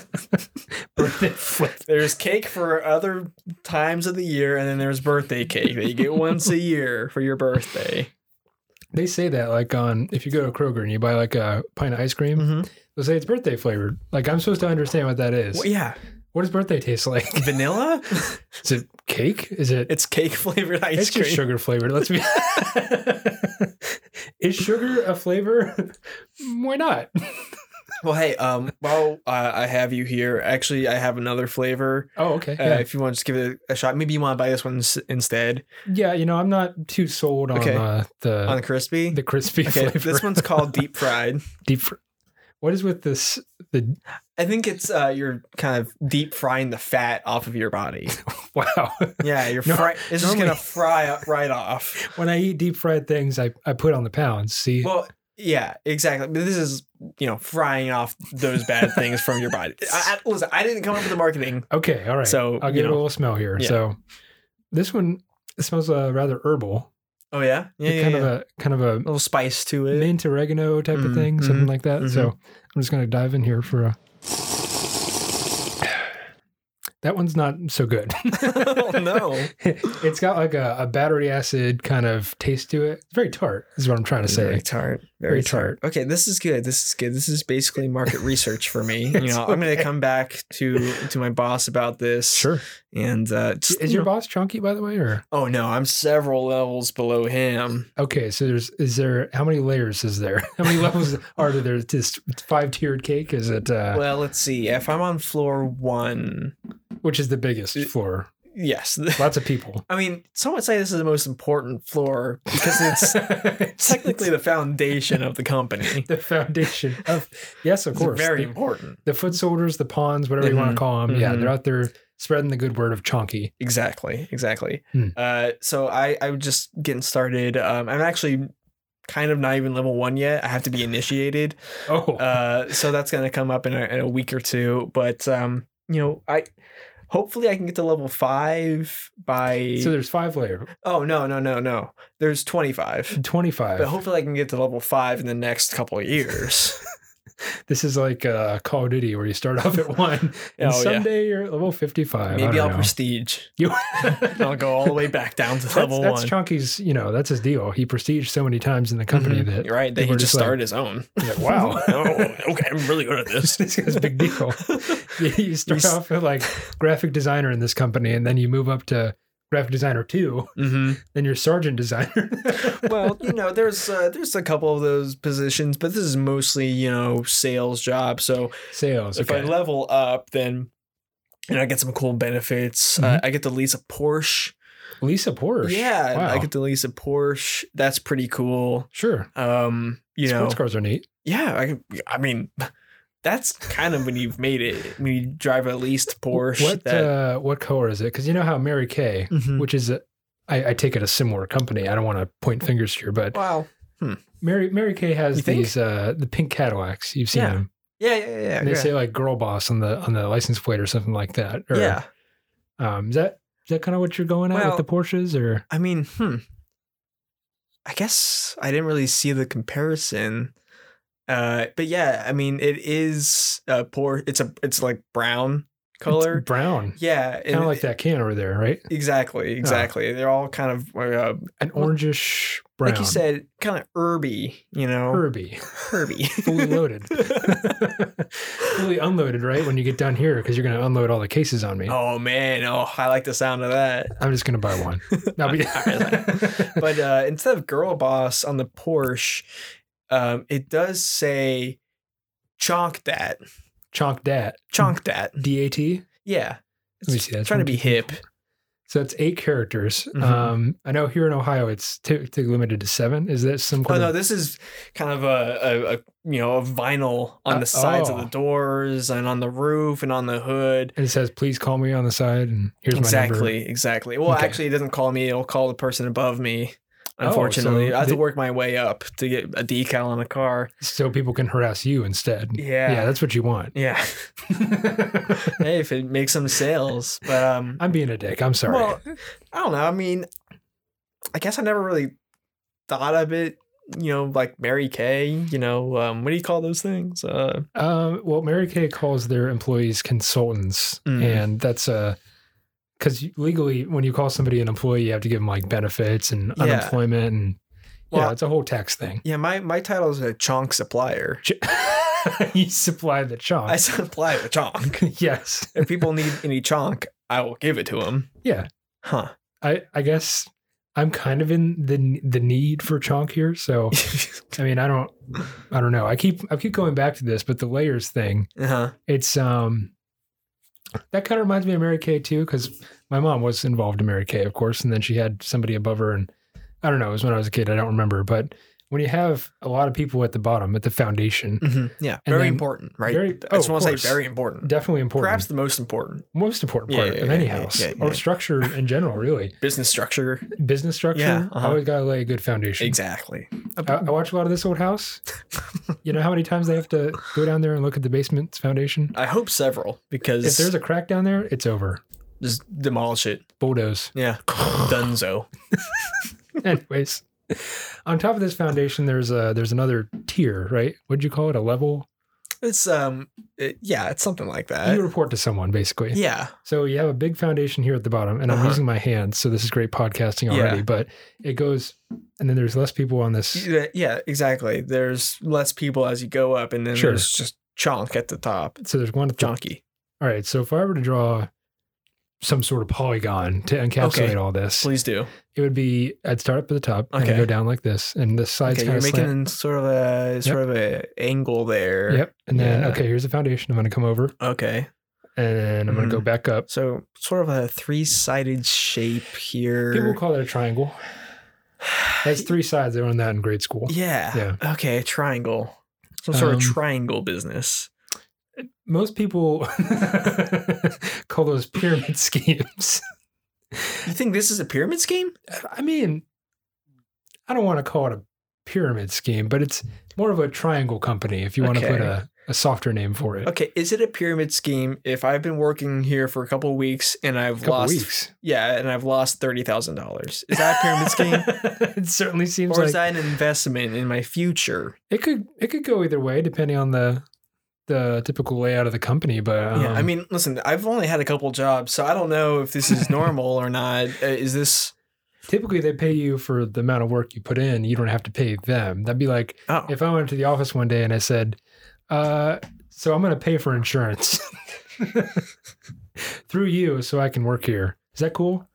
A: Birthday flip.
B: There's cake for other times of the year, and then there's birthday cake that you get once a year for your birthday.
A: They say that like on if you go to Kroger and you buy like a pint of ice cream,
B: Mm-hmm.
A: they'll say it's birthday flavored. Like I'm supposed to understand what that is.
B: Well, yeah,
A: What does birthday taste like?
B: [LAUGHS] vanilla.
A: Is it cake? Is it
B: It's cake flavored ice
A: it's
B: cream.
A: just sugar flavored. Let's
B: [LAUGHS]
A: be. is sugar a flavor? Why not?
B: Well, hey, um, while uh, I have you here, actually, I have another flavor.
A: Oh, okay.
B: Uh,
A: Yeah.
B: If you want to just give it a shot, maybe you want to buy this one s- instead
A: yeah, you know, I'm not too sold on
B: Okay.
A: uh, the
B: on the crispy.
A: the crispy
B: [LAUGHS] okay,
A: flavor.
B: this one's [LAUGHS] called deep fried.
A: [LAUGHS] deep. Fr- what is with this? The [LAUGHS]
B: I think it's uh, you're kind of deep frying the fat off of your
A: [LAUGHS]
B: body.
A: wow.
B: Yeah, you're
A: No,
B: fry. It's just
A: normally-
B: gonna fry up right
A: [LAUGHS]
B: off.
A: when I eat deep fried things, I, I put on the pounds. See,
B: Well, yeah, exactly. But this is you know frying off those bad things from your body. I, I, listen, I didn't come up with the marketing.
A: okay, all right.
B: So,
A: I'll
B: you
A: give it
B: know.
A: a little smell here.
B: Yeah.
A: So this one it smells uh, rather herbal.
B: Oh yeah, yeah, yeah,
A: kind
B: yeah.
A: of a kind of a
B: a little spice to it.
A: mint oregano type
B: Mhm,
A: of thing, something like that.
B: mhm.
A: So I'm just gonna dive in here for a. That one's not so good.
B: [LAUGHS]
A: [LAUGHS]
B: oh no.
A: it's got like a, a battery acid kind of taste to it. It's very tart. Is what I'm trying to
B: Very
A: say.
B: tart.
A: Very
B: Very tart. Okay, this is good. This is good. This is basically market research for me. You
A: It's
B: know, I'm going
A: okay.
B: to come back to to my boss about this.
A: Sure.
B: And uh, just,
A: Is
B: you
A: your
B: know-
A: boss chunky, by the way, or
B: oh no, I'm several levels below him.
A: Okay, so there's is there how many layers is there? [LAUGHS] How many
B: [LAUGHS]
A: levels are there? to This five tiered cake is it? Uh,
B: Well, let's see. If I'm on floor one,
A: which is the biggest floor?
B: yes. [LAUGHS]
A: Lots of people.
B: I mean, some would say this is the most important floor because
A: [LAUGHS]
B: it's technically the foundation of the company.
A: the foundation of yes, of
B: It's
A: course.
B: very
A: the,
B: important.
A: the foot soldiers, the pawns, whatever you want
B: Mhm,
A: to call them. Yeah,
B: mhm.
A: they're out there spreading the good word of chonky.
B: Exactly, exactly.
A: Hmm.
B: Uh, so I I'm just getting started. Um, I'm actually kind of not even level one yet. I have to be initiated.
A: Oh,
B: Uh, so that's gonna come up in a, in a week or two. But um, you know, I hopefully I can get to level five by.
A: so there's five layer,
B: oh no no no no! There's twenty five.
A: twenty five.
B: [LAUGHS] But hopefully I can get to level five in the next couple of years.
A: this is like uh, Call of Duty where you start off at one and
B: [LAUGHS] Oh, yeah.
A: someday you're at level 55.
B: Maybe
A: I
B: I'll
A: don't know.
B: [LAUGHS] prestige.
A: You- [LAUGHS]
B: And I'll go all the way back down to
A: that's,
B: level
A: that's
B: one.
A: Chunky's, you know, that's his deal. He prestiged so many times in the company that,
B: Mm-hmm. You're right. That
A: people
B: he
A: are
B: just
A: like,
B: started his own.
A: yeah, wow,
B: [LAUGHS] oh, okay. [LAUGHS] I'm really good at
A: [LAUGHS]
B: this.
A: this guy's a big
B: [LAUGHS]
A: deal. [LAUGHS] You- you start
B: s-
A: off at like graphic designer in this company, and then you move up to graphic designer two, [LAUGHS]
B: hmm
A: then you're sergeant designer. [LAUGHS]
B: Well, you know, there's uh, there's a couple of those positions, but this is mostly you know sales job. So
A: Sales.
B: if I
A: Okay.
B: level up, then and I get some cool benefits. Uh,
A: Mhm.
B: I get to lease a Porsche.
A: Lisa Porsche.
B: Yeah,
A: Wow.
B: I get to lease a Porsche. That's pretty cool.
A: sure.
B: Um, you know,
A: Sports cars are neat.
B: yeah. I, can- I mean, [LAUGHS] that's kind of when you've made it. When you drive a leased Porsche.
A: What
B: that,
A: uh, mm-hmm. what color is it? Because you know how Mary Kay,
B: Mhm.
A: which is, a, I, I take it a similar company. I don't want to point fingers here, but
B: wow.
A: Mary Mary Kay has
B: You think?
A: these uh, the pink Cadillacs. You've seen
B: Yeah.
A: them.
B: Yeah, yeah, yeah.
A: And they
B: yeah.
A: say like "girl boss" on the on the license plate or something like that. Or,
B: yeah.
A: Um, is that is that kind of what you're going at
B: Well-
A: with the Porsches, or
B: I mean, hmm. I guess I didn't really see the comparison. Uh, but yeah, I mean, it is a poor. It's a. It's like brown color.
A: It's brown?
B: yeah,
A: Kind of like that Oh. can over there, right?
B: Exactly, exactly. They're all kind of uh,
A: An
B: Well,
A: orangish brown.
B: like you said, kind of herby. You know,
A: Herbie,
B: herby.
A: fully
B: [LAUGHS]
A: loaded, fully unloaded, right? When you get down here, because you're going to unload all the cases on me.
B: oh man, oh I like the sound of that.
A: I'm just gonna buy one. I'll
B: [LAUGHS]
A: be- [LAUGHS] but
B: but uh, instead of girl boss on the Porsche, um, it does say chonk that,
A: chonk dat
B: chonk that.
A: dat.
B: Yeah,
A: Mm-hmm. Let me see that.
B: trying to be hip.
A: So that's eight characters.
B: Mhm.
A: Um, I know here in Ohio it's typically limited to seven. Is that some
B: Oh
A: kind
B: no,
A: of
B: this is kind of a, a, a you know a vinyl on
A: Uh,
B: the sides
A: oh.
B: of the doors and on the roof and on the hood.
A: and it says please call me on the side and here's my number.
B: Exactly, exactly. Well,
A: Okay.
B: actually, it doesn't call me; it'll call the person above me.
A: Oh,
B: Unfortunately,
A: so
B: I have to
A: the-
B: work my way up to get a decal on a car.
A: So people can harass you instead.
B: Yeah.
A: that's what you want. [LAUGHS]
B: Yeah. hey, if it makes some sales, but um,
A: I'm being a dick. I'm sorry.
B: Well, I don't know. I mean, I guess I never really thought of it. You know, like Mary Kay. You know, um, what do you call those things? Uh,
A: Um, well, Mary Kay calls their employees consultants,
B: Mm.
A: and that's a because legally, when you call somebody an employee, you have to give them like benefits and
B: Yeah.
A: unemployment, and yeah,
B: Well,
A: it's a whole tax thing.
B: yeah, my my title is a chonk supplier.
A: Ch- [LAUGHS] you supply the chunk.
B: I supply the chonk.
A: [LAUGHS] yes.
B: if people need any chonk, I will give it to them.
A: Yeah.
B: Huh.
A: I I guess I'm kind of in the the need for chunk here.
B: [LAUGHS]
A: So I mean, I don't I don't know. I keep I keep going back to this, but the layers thing.
B: uh-huh.
A: It's um that kind of reminds me of Mary Kay too, because my mom was involved in Mary Kay, of course, and then she had somebody above her, and I don't know. It was when I was a kid. I don't remember, but when you have a lot of people at the bottom at the foundation,
B: Mhm. Yeah.
A: And
B: Very
A: then-
B: important, right?
A: very-
B: I
A: oh,
B: just
A: of
B: want to
A: course.
B: say very important.
A: definitely important.
B: Perhaps the most important
A: most important
B: Yeah,
A: part
B: yeah,
A: of
B: yeah,
A: any
B: yeah,
A: house
B: yeah,
A: or
B: yeah.
A: structure in general, really.
B: business structure.
A: business structure,
B: Yeah,
A: I
B: uh-huh.
A: always gotta lay a good foundation.
B: Exactly.
A: I, I watch a lot of this old
B: [LAUGHS]
A: house. you know how many times they have to go down there and look at the basement's foundation?
B: I hope several because
A: If there's a crack down there, it's over.
B: just demolish it.
A: Bulldoze.
B: Yeah. Dunzo.
A: Anyways, on top of this foundation, there's a there's another tier, right? What'd you call it? A level?
B: It's um it- yeah, it's something like
A: you
B: that.
A: report to someone, basically.
B: Uh, Yeah.
A: So you have a big foundation here at the bottom, and I'm
B: Uh-huh.
A: using my hands, so this is great podcasting
B: Yeah.
A: already. But it goes, and then there's less people on this.
B: Yeah, Yeah, exactly. There's less people as you go up and then
A: Sure.
B: there's just chonk at the top.
A: So there's one at the
B: Chonky.
A: All right. So if I were to draw some sort of polygon to encapsulate
B: Okay.
A: all this,
B: Please do.
A: it would be I'd start up at the top and
B: Okay.
A: go down like this, and the sides kind
B: Okay, you're
A: of slant.
B: making sort of a sort of a angle there.
A: Yep. And then
B: Yeah.
A: okay, here's the foundation. I'm going to come over
B: Okay.
A: and I'm going to go
B: Mhm.
A: back up.
B: So sort of a three-sided shape here.
A: People call that a triangle.
B: [SIGHS]
A: That's three sides. They learned that in grade school.
B: Yeah. Okay, a triangle. Some sort
A: Um,
B: of triangle business.
A: Most people [LAUGHS] call those pyramid schemes.
B: You think this is a pyramid scheme?
A: I mean, I don't want to call it a pyramid scheme, but it's more of a triangle company if you want to put
B: Okay.
A: a a softer name for it.
B: [LAUGHS] Okay, is it a pyramid scheme if I've been working here for a couple of weeks and I've
A: couple
B: lost
A: weeks.
B: yeah, and I've lost thirty thousand dollars? Is that a pyramid scheme?
A: [LAUGHS] it certainly seems
B: or
A: like
B: is that an investment in my future?
A: it could it could go either way depending on the the typical layout of the company. But um,
B: yeah, I mean, listen, I've only had a couple jobs, so I don't know if this is normal
A: [LAUGHS]
B: or not. Uh, is this
A: typically they pay you for the amount of work you put in. You don't have to pay them. That'd be like
B: oh
A: if I went to the office one day and I said, uh, "So I'm going to pay for insurance [LAUGHS] through you, so I can work here." Is that cool?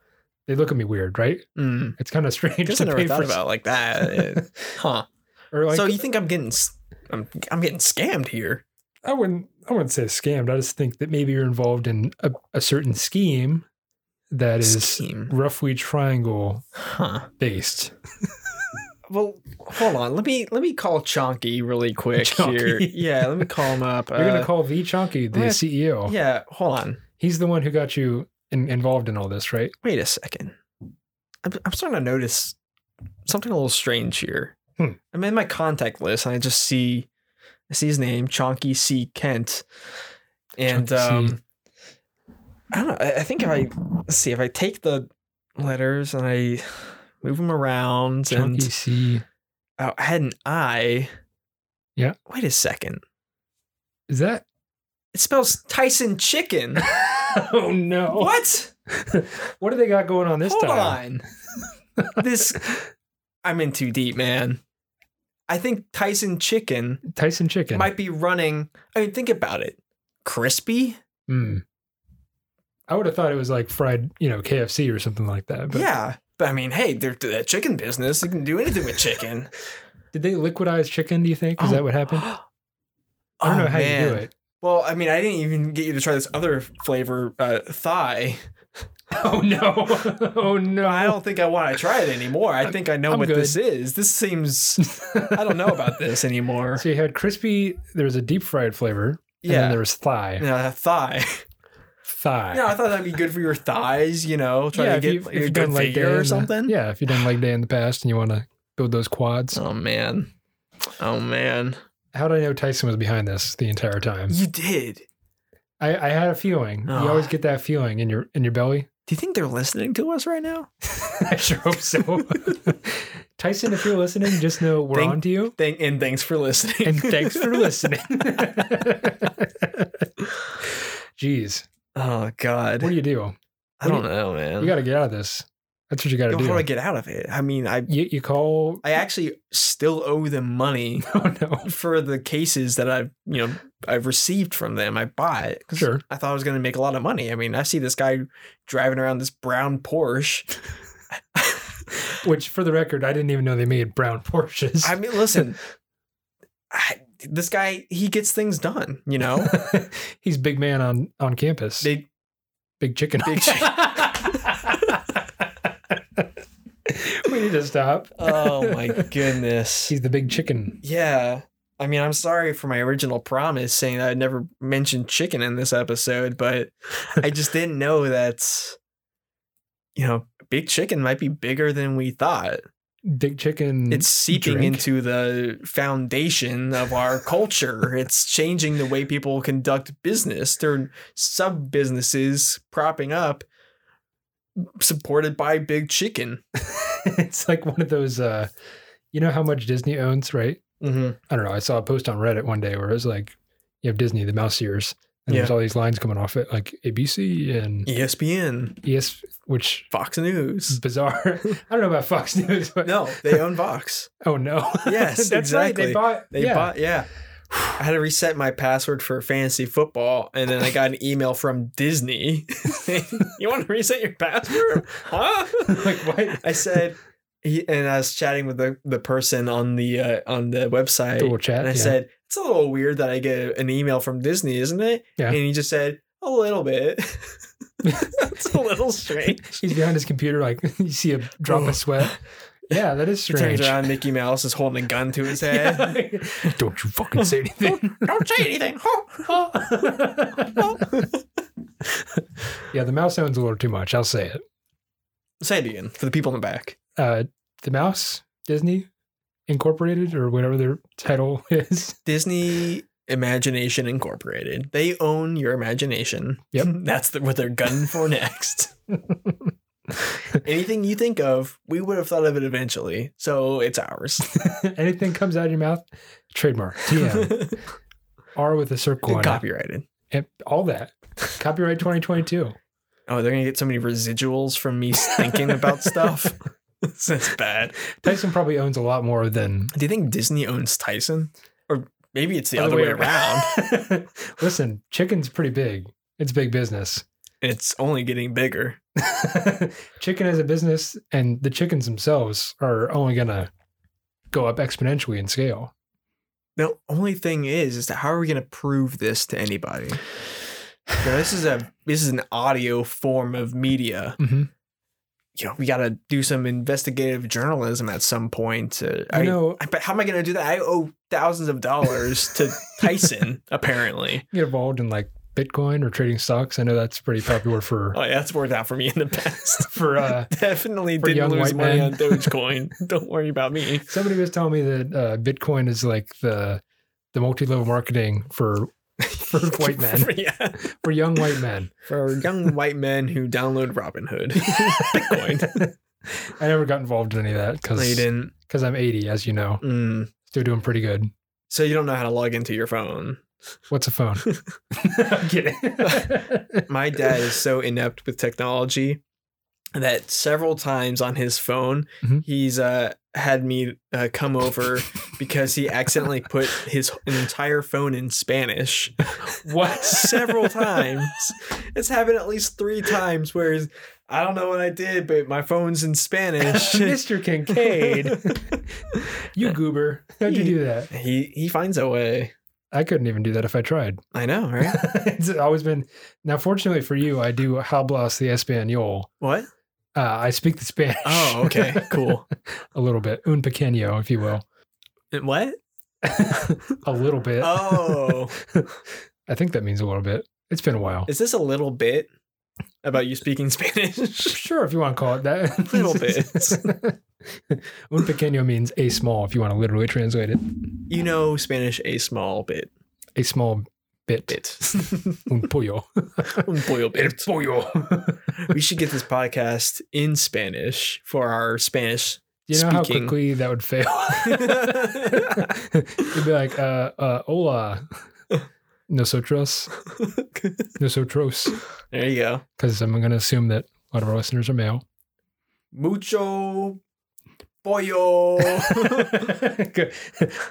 A: They look at me weird, right?
B: mm,
A: It's kind of strange
B: guess
A: to
B: I never
A: pay
B: thought
A: for
B: about it
A: [LAUGHS]
B: like that, Uh, huh?
A: Or like,
B: so you think I'm getting s- I'm I'm getting scammed here?
A: I wouldn't I wouldn't say scammed. I just think that maybe you're involved in a, a certain scheme that is
B: Scheme.
A: roughly triangle
B: Huh.
A: based.
B: Well, hold on. Let me let me call Chonky really
A: [LAUGHS]
B: quick
A: Chonky.
B: here. Yeah, let me call him up.
A: [LAUGHS] you're gonna
B: Uh,
A: call V Chonky the
B: yeah.
A: CEO.
B: Yeah, hold on.
A: He's the one who got you in, involved in all this, right?
B: Wait a second. I'm, I'm starting to notice something a little strange here.
A: Hmm.
B: I'm in my contact list and I just see I see his name, Chonky C Kent, and
A: Chonky C.
B: um, I don't know. I, I think if I let's see if I take the letters and I move them around and
A: Chonky C. E
B: oh, I had an I.
A: Yeah.
B: Wait a second.
A: Is that? [LAUGHS]
B: It spells Tyson Chicken.
A: Oh no! What?
B: What?
A: what do they got going on this
B: Hold
A: time?
B: on. [LAUGHS] this I'm in too deep, man. I think Tyson Chicken
A: Tyson Chicken.
B: might be running. I mean, think about it. Crispy?
A: Mm. I would have thought it was like fried, you know, KFC or something like that. But
B: yeah. But I mean, hey, they're they're a chicken business. They can do anything with chicken.
A: [LAUGHS] did they liquidize chicken? Do you think is
B: Oh.
A: that what happened?
B: [GASPS] I
A: I don't know how you do it.
B: Oh,
A: [LAUGHS]
B: Well, I mean, I didn't even get you to try this other flavor, uh, thigh.
A: Oh no! [LAUGHS] oh no!
B: I don't think I want to try it anymore. I think I know
A: I'm
B: what
A: good.
B: this is. This seems. I don't know about this
A: [LAUGHS]
B: anymore.
A: So you had crispy. There was a deep fried flavor. And
B: Yeah.
A: then there was thigh.
B: Yeah, thigh.
A: Thigh.
B: No, I thought that'd be good for your thighs, you know, try to
A: if
B: get
A: you've-
B: like,
A: if
B: a
A: you've
B: good
A: done leg day
B: figure or
A: in the-
B: something.
A: yeah, if you've done leg day in the past and you want to build those quads.
B: [SIGHS] Oh man. Oh man.
A: How did I know Tyson was behind this the entire time?
B: You did. Do
A: I, I had a feeling. You always
B: Ah.
A: get that feeling in your in your belly. [LAUGHS]
B: you think they're listening to us right now?
A: I sure hope so. [LAUGHS] Tyson, if you're listening, just know we're
B: Thank-
A: on to you.
B: Thank and thanks for listening.
A: And thanks
B: [LAUGHS]
A: for listening. [LAUGHS] Jeez,
B: oh God.
A: what do you do?
B: I don't know, man.
A: You got to get out of this. That's what you got to
B: Yo, how do I
A: do.
B: get out of it? I mean, I
A: You, you call. [LAUGHS]
B: I actually still owe them money [LAUGHS]
A: Oh no.
B: for the cases that I've you know I've received from them. I bought 'cause
A: Sure.
B: I thought I was going to make a lot of money. I mean, I see this guy driving around this brown Porsche.
A: Which, for the record, I didn't even know they made brown Porsches.
B: I mean, listen, I, this guy he gets things done. You [LAUGHS] know,
A: [LAUGHS] He's big man on on campus.
B: big
A: big chicken.
B: big.
A: [LAUGHS] we need to stop.
B: [LAUGHS] oh my goodness.
A: He's the big chicken.
B: Yeah. I mean, I'm sorry for my original promise saying that I'd never mentioned chicken in this episode, but I [LAUGHS] just didn't know that, you know, big chicken might be bigger than we thought.
A: Big chicken. [LAUGHS]
B: It's [LAUGHS]
A: Mm-hmm.
B: seeping
A: Drink.
B: into the foundation of our
A: [LAUGHS]
B: culture. It's changing the way people conduct business. There are sub businesses propping up, supported by big chicken.
A: it's like one of those. uh You know how much Disney owns, right?
B: Mm-hmm.
A: I don't know. I saw a post on Reddit one day where it was like, you have Disney, the mouse ears, and there's
B: Yeah.
A: all these lines coming off it, like ABC and
B: E ESPN,
A: ES, which
B: Fox
A: is
B: News.
A: bizarre. [LAUGHS] I don't know about Fox News, but
B: No, they own Vox.
A: oh no, [LAUGHS]
B: Yes,
A: that's right. They
B: exactly.
A: bought.
B: They
A: yeah.
B: bought, yeah. I had to reset my password for fantasy football, and then I got an email from Disney. [LAUGHS] you want to reset your password? Huh?
A: [LAUGHS] [LAUGHS] like what?
B: I said, he- and I was chatting with the, the person on the uh, on the website,
A: The little chat.
B: and [LAUGHS] I
A: yeah.
B: said, "It's a little weird that I get an email from Disney, isn't it?"
A: Yeah.
B: And he just said, "A little bit." [LAUGHS] That's a little strange.
A: [LAUGHS] he's behind his computer, like [LAUGHS] you see a drop
B: [LAUGHS] Oh.
A: of sweat. Yeah, that is
B: He turns
A: strange.
B: around, Mickey Mouse is holding a gun to his head.
A: [LAUGHS]
B: [LAUGHS]
A: Yeah. [LAUGHS] Don't you fucking say anything.
B: Don't say anything. [LAUGHS]
A: yeah, the mouse owns a little too much. I'll say it.
B: Say it again for the people in the back.
A: Uh, the mouse Disney Incorporated or whatever their title [LAUGHS] is.
B: Disney Imagination Incorporated. They own your imagination.
A: Yep.
B: [LAUGHS] That's the, what they're gunning for [LAUGHS] next. Anything you think of, we would have thought of it eventually. So it's [LAUGHS] ours.
A: Anything comes out of your mouth, trademark.
B: [LAUGHS]
A: TM. R with a circle on it.
B: Copyrighted.
A: And All that. Copyright 2022.
B: Oh, they're going to get so many residuals from me thinking [LAUGHS] about stuff. That's bad.
A: Tyson probably owns a lot more than
B: Do you think Disney owns Tyson? Or maybe it's the other, way, around.
A: around. [LAUGHS] Listen, chicken's pretty big. It's big business.
B: [LAUGHS]
A: [LAUGHS]
B: it's only getting bigger.
A: chicken as a business and the chickens themselves are only going to go up exponentially in scale.
B: The only thing is, is that how are we going to prove this to anybody? Now, this is a this is an audio form of media.
A: Mm-hmm.
B: You know, we got to do some investigative journalism at some point. To,
A: I
B: I,
A: know
B: I- but how am I going to do that? I owe thousands of dollars [LAUGHS] to Tyson, apparently.
A: get involved in like Bitcoin or trading stocks. I know that's pretty popular for
B: Oh, yeah, that's worked out for me in the past.
A: for uh,
B: [LAUGHS] Definitely
A: For
B: didn't
A: young
B: lose
A: white
B: money
A: men.
B: on [LAUGHS] Dogecoin. Don't worry about me.
A: somebody was telling me that uh, Bitcoin is like the the multi level marketing for for
B: [LAUGHS]
A: white men
B: yeah.
A: for young white men.
B: For young white men who download Robinhood. [LAUGHS] Bitcoin. [LAUGHS]
A: I never got involved in any of that
B: No,
A: because
B: you didn't.
A: I'm 80, as you know,
B: Mm.
A: still doing pretty good.
B: So you don't know how to log into your phone.
A: What's a
B: [LAUGHS]
A: phone? I'm [LAUGHS] kidding.
B: My dad is so inept with technology that several times on his phone
A: Mhm.
B: he's uh had me uh, come over because he accidentally put his entire phone in Spanish
A: what?
B: [LAUGHS]
A: [LAUGHS]
B: several times. It's happened at least 3 times where he's, I don't know what I did but my phone's in [LAUGHS] Spanish.
A: Mr.
B: [LAUGHS]
A: Kincaid, you goober. How'd you do that?
B: he he finds a way.
A: I couldn't even do that if I tried.
B: I know, right?
A: [LAUGHS] it's always been. Now, fortunately for you, I do hablas the Espanol.
B: What?
A: Uh, I speak the Spanish.
B: Oh, okay. Cool.
A: [LAUGHS] a little bit. Un pequeño, if you will. [LAUGHS]
B: [LAUGHS] What?
A: a little bit.
B: Oh.
A: I think that means a little bit. It's been a while.
B: Is this a little bit about [LAUGHS] you speaking Spanish?
A: sure, if you want to call it that.
B: [LAUGHS] Little bit.
A: [LAUGHS] Un pequeño means a small, if you want to literally translate it.
B: [LAUGHS] you know Spanish a small bit.
A: A small bit.
B: Bit.
A: Un pollo.
B: [LAUGHS] Un pollo [LAUGHS] bit.
A: pollo.
B: We should get this podcast in Spanish for our [LAUGHS] Spanish.
A: You know how
B: Speaking.
A: quickly that would fail? [LAUGHS] You'd be like, uh, uh,
B: [LAUGHS]
A: hola. Nosotros.
B: there
A: Nosotros.
B: you go.
A: Because I'm going to assume that a lot of our listeners are
B: [LAUGHS]
A: male.
B: Mucho [LAUGHS] pollo.
A: Good.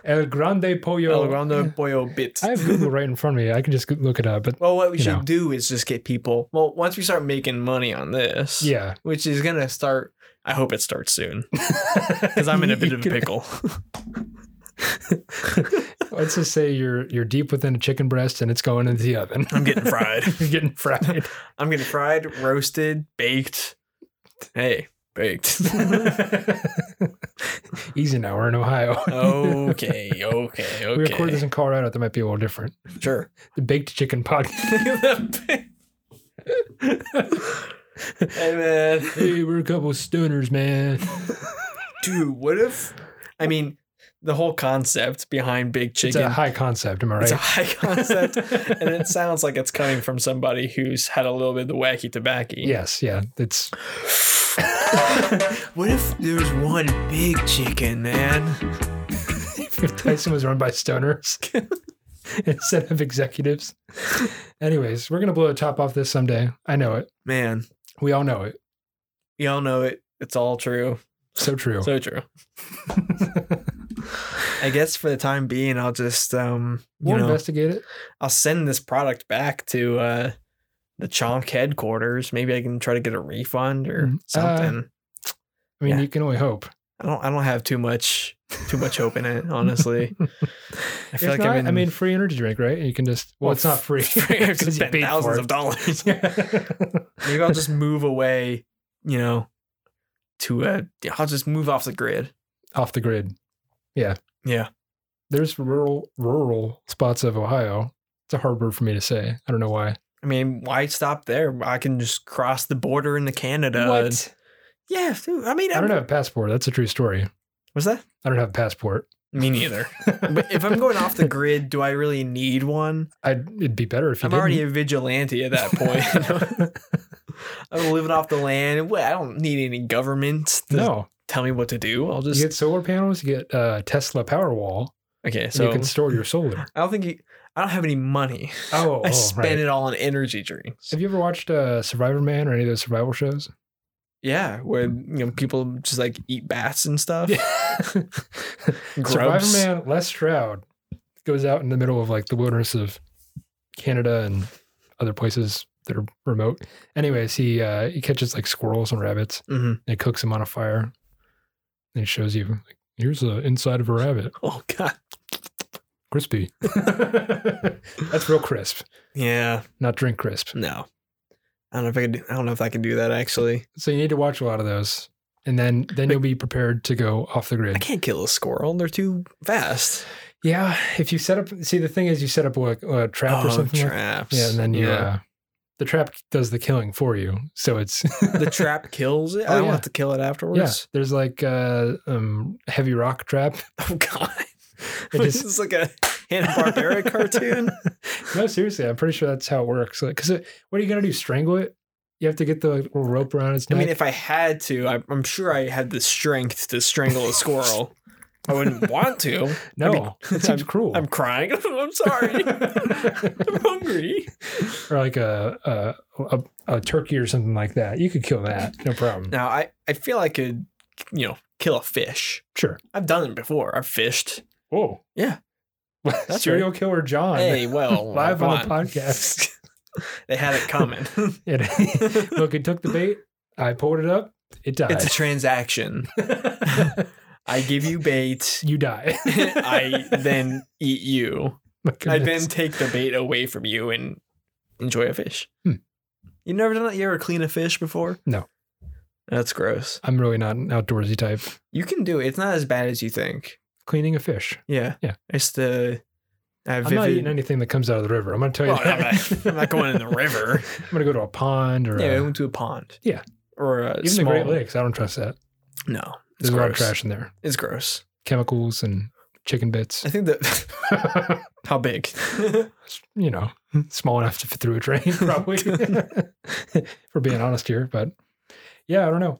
A: El grande pollo.
B: El grande pollo bit.
A: I have Google right in front of me. I can just go- look it up. But
B: Well, what we
A: You
B: should
A: know.
B: do is just get people. Well, once we start making money on this, [LAUGHS]
A: yeah,
B: which is gonna start. I hope it starts soon because I'm [LAUGHS] in a bit of a pickle.
A: [LAUGHS] let's just say you're you're deep within a chicken breast and it's going into the oven.
B: I'm getting fried.
A: [LAUGHS] you're getting fried. [LAUGHS]
B: I'm getting fried, roasted, baked. Hey,
A: [LAUGHS]
B: baked.
A: Easy now. We're in Ohio.
B: okay, okay,
A: [LAUGHS] We record this
B: Oh, okay.
A: in Colorado. That might be a little different.
B: Sure.
A: The baked chicken podcast.
B: [LAUGHS] hey man,
A: [LAUGHS] hey, we're a couple of stoners,
B: [LAUGHS]
A: man.
B: dude, what if? I mean, the whole concept behind big
A: It's
B: chicken.
A: a high concept. Am I right?
B: It's a high concept,
A: [LAUGHS]
B: and it sounds like it's coming from somebody who's had a little bit of the wacky tobacco.
A: yes. Yeah. It's
B: [LAUGHS] what if there's one big chicken, man?
A: if Tyson was run by stoners [LAUGHS] instead of executives. Anyways, we're gonna blow the top off this someday. I know it.
B: Man,
A: We all know it.
B: y'all know it. It's all true.
A: So true.
B: So true. [LAUGHS] I guess for the time being, I'll just um, you
A: we'll
B: know,
A: investigate it.
B: I'll send this product back to uh the Chonk headquarters. Maybe I can try to get a refund or
A: Mm, uh,
B: something.
A: I mean,
B: Yeah.
A: you can only hope.
B: I don't. I don't have too much too much hope
A: [LAUGHS]
B: in it, honestly. I
A: If
B: feel like
A: not,
B: I'm in,
A: I mean, free energy drink, right? You can just. Well,
B: Well,
A: it's not [LAUGHS]
B: [LAUGHS]
A: free
B: I've
A: because you
B: spent
A: paid
B: thousands
A: for [LAUGHS]
B: of dollars.
A: it.
B: Maybe I'll just move away. You know, to a. I'll just move off the grid.
A: [LAUGHS] Off the grid.
B: Yeah.
A: There's rural rural spots of Ohio. It's a hard word for me to say. I don't know why.
B: I mean, why stop there? I can just cross the border into Canada. and- Yeah, dude, I mean,
A: I don't have a passport. That's a true story.
B: Was that?
A: I don't have a passport. [LAUGHS]
B: Me neither. but if I'm going off the grid, do I really need one?
A: I'd, it'd be better if you
B: I'm already a vigilante at
A: [LAUGHS]
B: that [LAUGHS] point.
A: didn't.
B: I'm living off the land. Well, I don't need any government to
A: no,
B: tell me what to do. I'll
A: you
B: just
A: get solar panels. You get a Tesla Powerwall,
B: okay.
A: so
B: So
A: you can store your solar.
B: I don't think you, I don't have any money.
A: Oh,
B: [LAUGHS] I spend it all on energy drinks.
A: Have you ever watched uh, Survivor Man or any of those survival
B: [LAUGHS]
A: shows?
B: Yeah, where you
A: Hmm.
B: know people just like eat bats and stuff. [LAUGHS]
A: [LAUGHS] Survivor
B: Gross.
A: Man, Les Stroud goes out in the middle of like the wilderness of Canada and other places that are remote. Anyways, he uh, he catches like squirrels and rabbits
B: Mhm.
A: and he cooks them on a fire. And it shows you like here's the inside of a rabbit,
B: Oh god.
A: [LAUGHS] crispy. That's real crisp,
B: Yeah.
A: not drink crisp.
B: No. I don't know if I could. do- I don't know if I can do that. Actually,
A: So you need to watch a lot of those, and then then you'll be prepared to go off the
B: I
A: grid.
B: can't kill a squirrel. They're too fast.
A: Yeah, if you set up, see the thing is, you set up like a trap or
B: Oh,
A: something. like
B: traps.
A: Yeah, and then you uh, the trap does the killing for you. So it's
B: the trap kills it.
A: uh, [LAUGHS] Oh,
B: I don't
A: yeah.
B: have to kill
A: [LAUGHS]
B: it
A: yeah.
B: afterwards.
A: There's like uh, um heavy rock
B: [LAUGHS]
A: trap.
B: Oh god. [LAUGHS]
A: It
B: this
A: just-
B: is like a
A: [LAUGHS]
B: Hanna Barbera cartoon.
A: no, seriously, I'm pretty sure that's how it works. Because what are you gonna do? Strangle it? You have to get the little rope around its
B: I
A: neck.
B: mean, if I had to, I, I'm sure I had the strength to strangle
A: [LAUGHS]
B: a squirrel. I wouldn't want to.
A: no,
B: I mean,
A: it seems cruel.
B: I'm crying. [LAUGHS] I'm sorry.
A: [LAUGHS]
B: [LAUGHS] I'm hungry.
A: or like a, a a a turkey or something like that. You could kill that, no problem.
B: Now, I, I feel I could, you know, kill a fish.
A: Sure.
B: I've done it before. I've fished.
A: Whoa. [LAUGHS]
B: Yeah. right.
A: Serial killer John.
B: Hey, well,
A: Live on the
B: what?
A: podcast.
B: [LAUGHS] they had it
A: [LAUGHS]
B: coming.
A: [LAUGHS]
B: [LAUGHS]
A: It- look, it took the bait. I pulled it up. It died.
B: it's a transaction. I give you
A: [LAUGHS]
B: bait.
A: [LAUGHS] you die.
B: [LAUGHS] I then eat you.
A: [LAUGHS] My
B: I then
A: goodness.
B: take the bait away from you and enjoy a fish.
A: Hmm.
B: You never done that? You ever clean a fish before?
A: No.
B: That's gross.
A: I'm really not an outdoorsy type.
B: You can do it. It's not as bad as you think.
A: Cleaning a fish.
B: Yeah.
A: Yeah.
B: It's the. I have
A: I'm not
B: vivid-
A: eating anything that comes out of the river. I'm going to tell you.
B: Well, I'm,
A: that.
B: not, I'm not going in the
A: [LAUGHS]
B: river.
A: I'm going to go to a pond or
B: yeah,
A: a-
B: I went to a pond.
A: Yeah.
B: Or a
A: even
B: small,
A: the Great Lakes. I don't trust that.
B: No. It's
A: There's a lot of
B: gross.
A: trash in there.
B: It's gross.
A: Chemicals and chicken
B: [LAUGHS]
A: bits. [LAUGHS]
B: I think that. How big?
A: you know, [LAUGHS] small enough to fit through a drain, [LAUGHS]
B: [LAUGHS]
A: probably. For being honest here, but yeah, I don't know.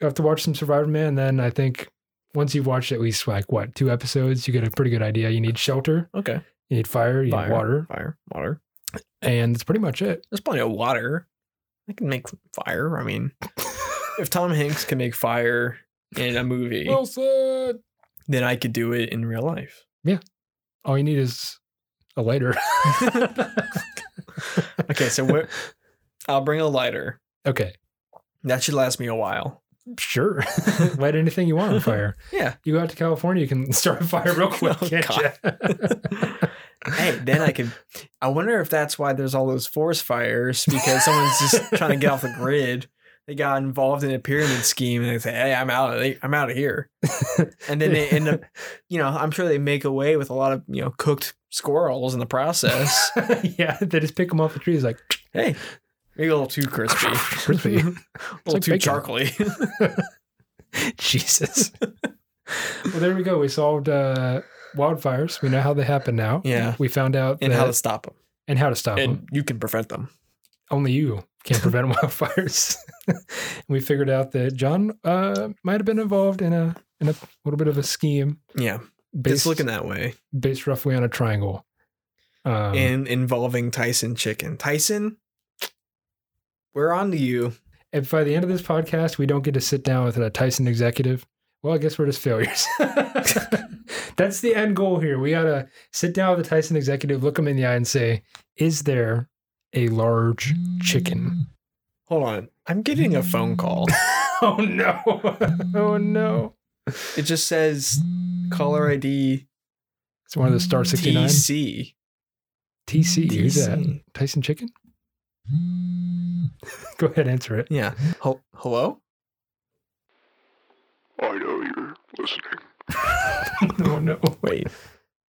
A: I have to watch some Survivor Man. Then I think once you've watched at least like what two episodes, you get a pretty good idea. You need shelter,
B: okay.
A: you need fire, you
B: Fire.
A: need water,
B: Fire. Water.
A: and that's pretty much it.
B: There's plenty of water. I can make fire. I
A: [LAUGHS]
B: mean, if Tom Hanks can make fire in a movie,
A: Wilson.
B: then I could do it in
A: [LAUGHS]
B: real life. [LAUGHS]
A: All you need is a lighter. [LAUGHS]
B: Okay, so what? I'll bring a lighter.
A: okay,
B: That should last me a while.
A: sure. [LAUGHS] Light anything you want on fire.
B: Yeah.
A: You go out to California, you can [LAUGHS] start a fire real quick.
B: [LAUGHS] Oh,
A: can't
B: God.
A: ya?
B: Hey, then I could. I wonder if that's why there's all those forest fires because
A: [LAUGHS]
B: someone's just trying to get off the grid. They got involved in a pyramid scheme and they say, "Hey, I'm out. Of, the- I'm out of here." And then they
A: [LAUGHS]
B: end up, you know, I'm sure they make away with a lot of you know cooked squirrels in
A: [LAUGHS]
B: the process.
A: [LAUGHS] yeah, they just pick them off the trees like
B: Hey, maybe a little too crispy,
A: Crispy.
B: [LAUGHS] a little
A: like
B: too
A: bacon.
B: charcoaly.
A: [LAUGHS] Jesus. well, there we go. We solved uh, wildfires. We know how they happen now. [LAUGHS]
B: Yeah.
A: We found out
B: and
A: that,
B: how to stop them.
A: and how to stop them.
B: And you can prevent them.
A: Only you can prevent [LAUGHS] wildfires. and we figured out that John uh, might have been involved in a in a little bit of a scheme
B: Yeah,
A: based
B: it's looking that way.
A: based roughly on a triangle. Um,
B: and involving Tyson Chicken. Tyson, we're on to you.
A: if by the end of this podcast we don't get to sit down with a Tyson executive, well, I guess we're just failures. [LAUGHS] That's the end goal here. We gotta sit down with a Tyson executive, look him in the eye, and say, "Is there a large chicken?"
B: Hold on. I'm getting a phone call.
A: [LAUGHS] oh no! oh no!
B: It just says caller ID
A: It's one of the Star sixty nine
B: TC.
A: TC. Who's that?
B: TC.
A: Tyson Chicken. [LAUGHS] Go ahead, answer it. [LAUGHS]
B: Yeah. Hel- Hello?
C: I know you're listening.
A: oh no!
B: Wait.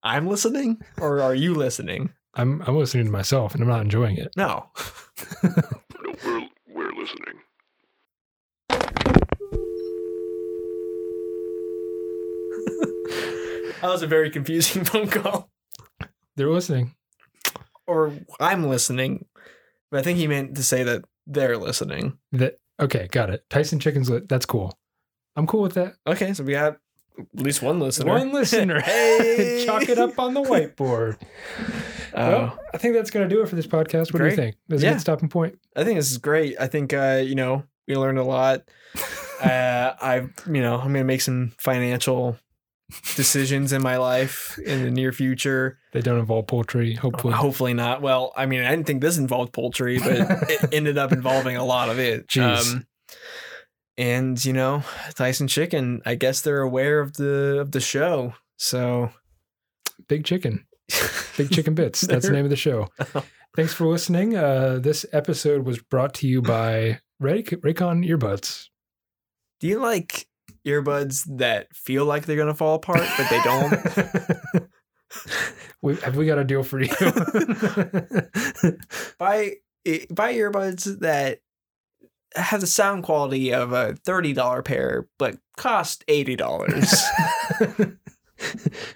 B: I'm listening or are you listening?
A: I'm I'm listening to myself, and I'm not enjoying it.
B: No. [LAUGHS]
C: No, we're, we're listening.
B: That was a very confusing [LAUGHS] phone call.
A: They're listening.
B: Or I'm listening, but I think he meant to say that they're listening.
A: That okay, got it. Tyson chickens. Li- that's cool. I'm cool with that.
B: Okay, so we got at least one listener.
A: One listener.
B: Hey!
A: [LAUGHS] Chalk it up on the whiteboard.
B: [LAUGHS] Oh.
A: well, I think that's going to do it for this podcast. What do
B: Great.
A: you think? That's a
B: Yeah.
A: good stopping point.
B: I think this is great. I think uh, you know we learned a [LAUGHS] lot. uh, I you know I'm gonna make some financial decisions in my life in the near future.
A: They don't involve poultry, hopefully.
B: Hopefully not. Well, I mean I didn't think this involved poultry, but [LAUGHS] it ended up involving a lot of it. Um,
A: Jeez.
B: and you know Tyson Chicken, I guess they're aware of the of the show. So
A: Big chicken. Big Chicken
B: [LAUGHS]
A: Bits. That's the name of the show. Thanks for listening. Uh, this episode was brought to you by Ray- Raycon earbuds.
B: do you like earbuds that feel like they're gonna fall apart but they don't? [LAUGHS]
A: [LAUGHS] we, have we got a deal
B: [LAUGHS]
A: for you? [LAUGHS]
B: buy eh, buy earbuds that have the sound quality of a thirty dollar pair, but cost eighty [LAUGHS] dollars.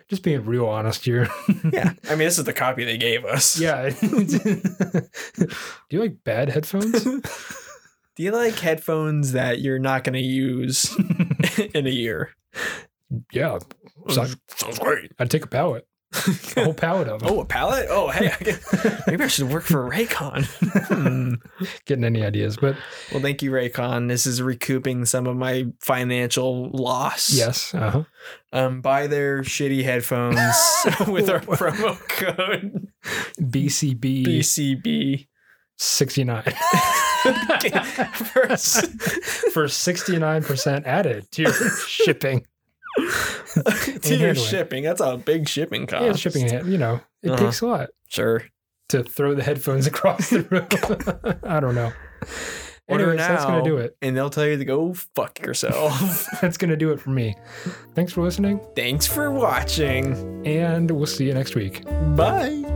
A: Just being real honest here.
B: yeah, I mean this is the copy they gave us. [LAUGHS]
A: Yeah. [LAUGHS] Do you like bad [LAUGHS] headphones?
B: Do you like headphones that you're not going to [LAUGHS] use in a year?
A: Yeah. Sounds-
B: sounds great.
A: I'd take a pallet, a whole pallet of them.
B: [LAUGHS] Oh, a palette? Oh, hey, I [LAUGHS] guess- maybe I should work for [LAUGHS] Raycon. Hmm.
A: Getting any ideas, but
B: Well, thank you, Raycon. This is recouping some of my financial loss.
A: yes. Uh-huh.
B: Um, buy their shitty
A: [LAUGHS]
B: headphones with our promo code.
A: BCB [LAUGHS]
B: BCB
A: 69
B: first.
A: [LAUGHS] for 69% added to your [LAUGHS] shipping.
B: [LAUGHS] to your
A: handling.
B: shipping. That's a big shipping cost.
A: Yeah, shipping it, you know, it
B: Uh-huh.
A: takes a lot
B: Sure.
A: to throw the headphones [LAUGHS] across the room. [LAUGHS] I don't know.
B: Order
A: Anyways, that's going
B: now.
A: to do it.
B: And they'll tell you to go fuck yourself. [LAUGHS]
A: That's going to do it for me. Thanks for listening,
B: Thanks for watching.
A: and we'll see you next week.
B: Bye.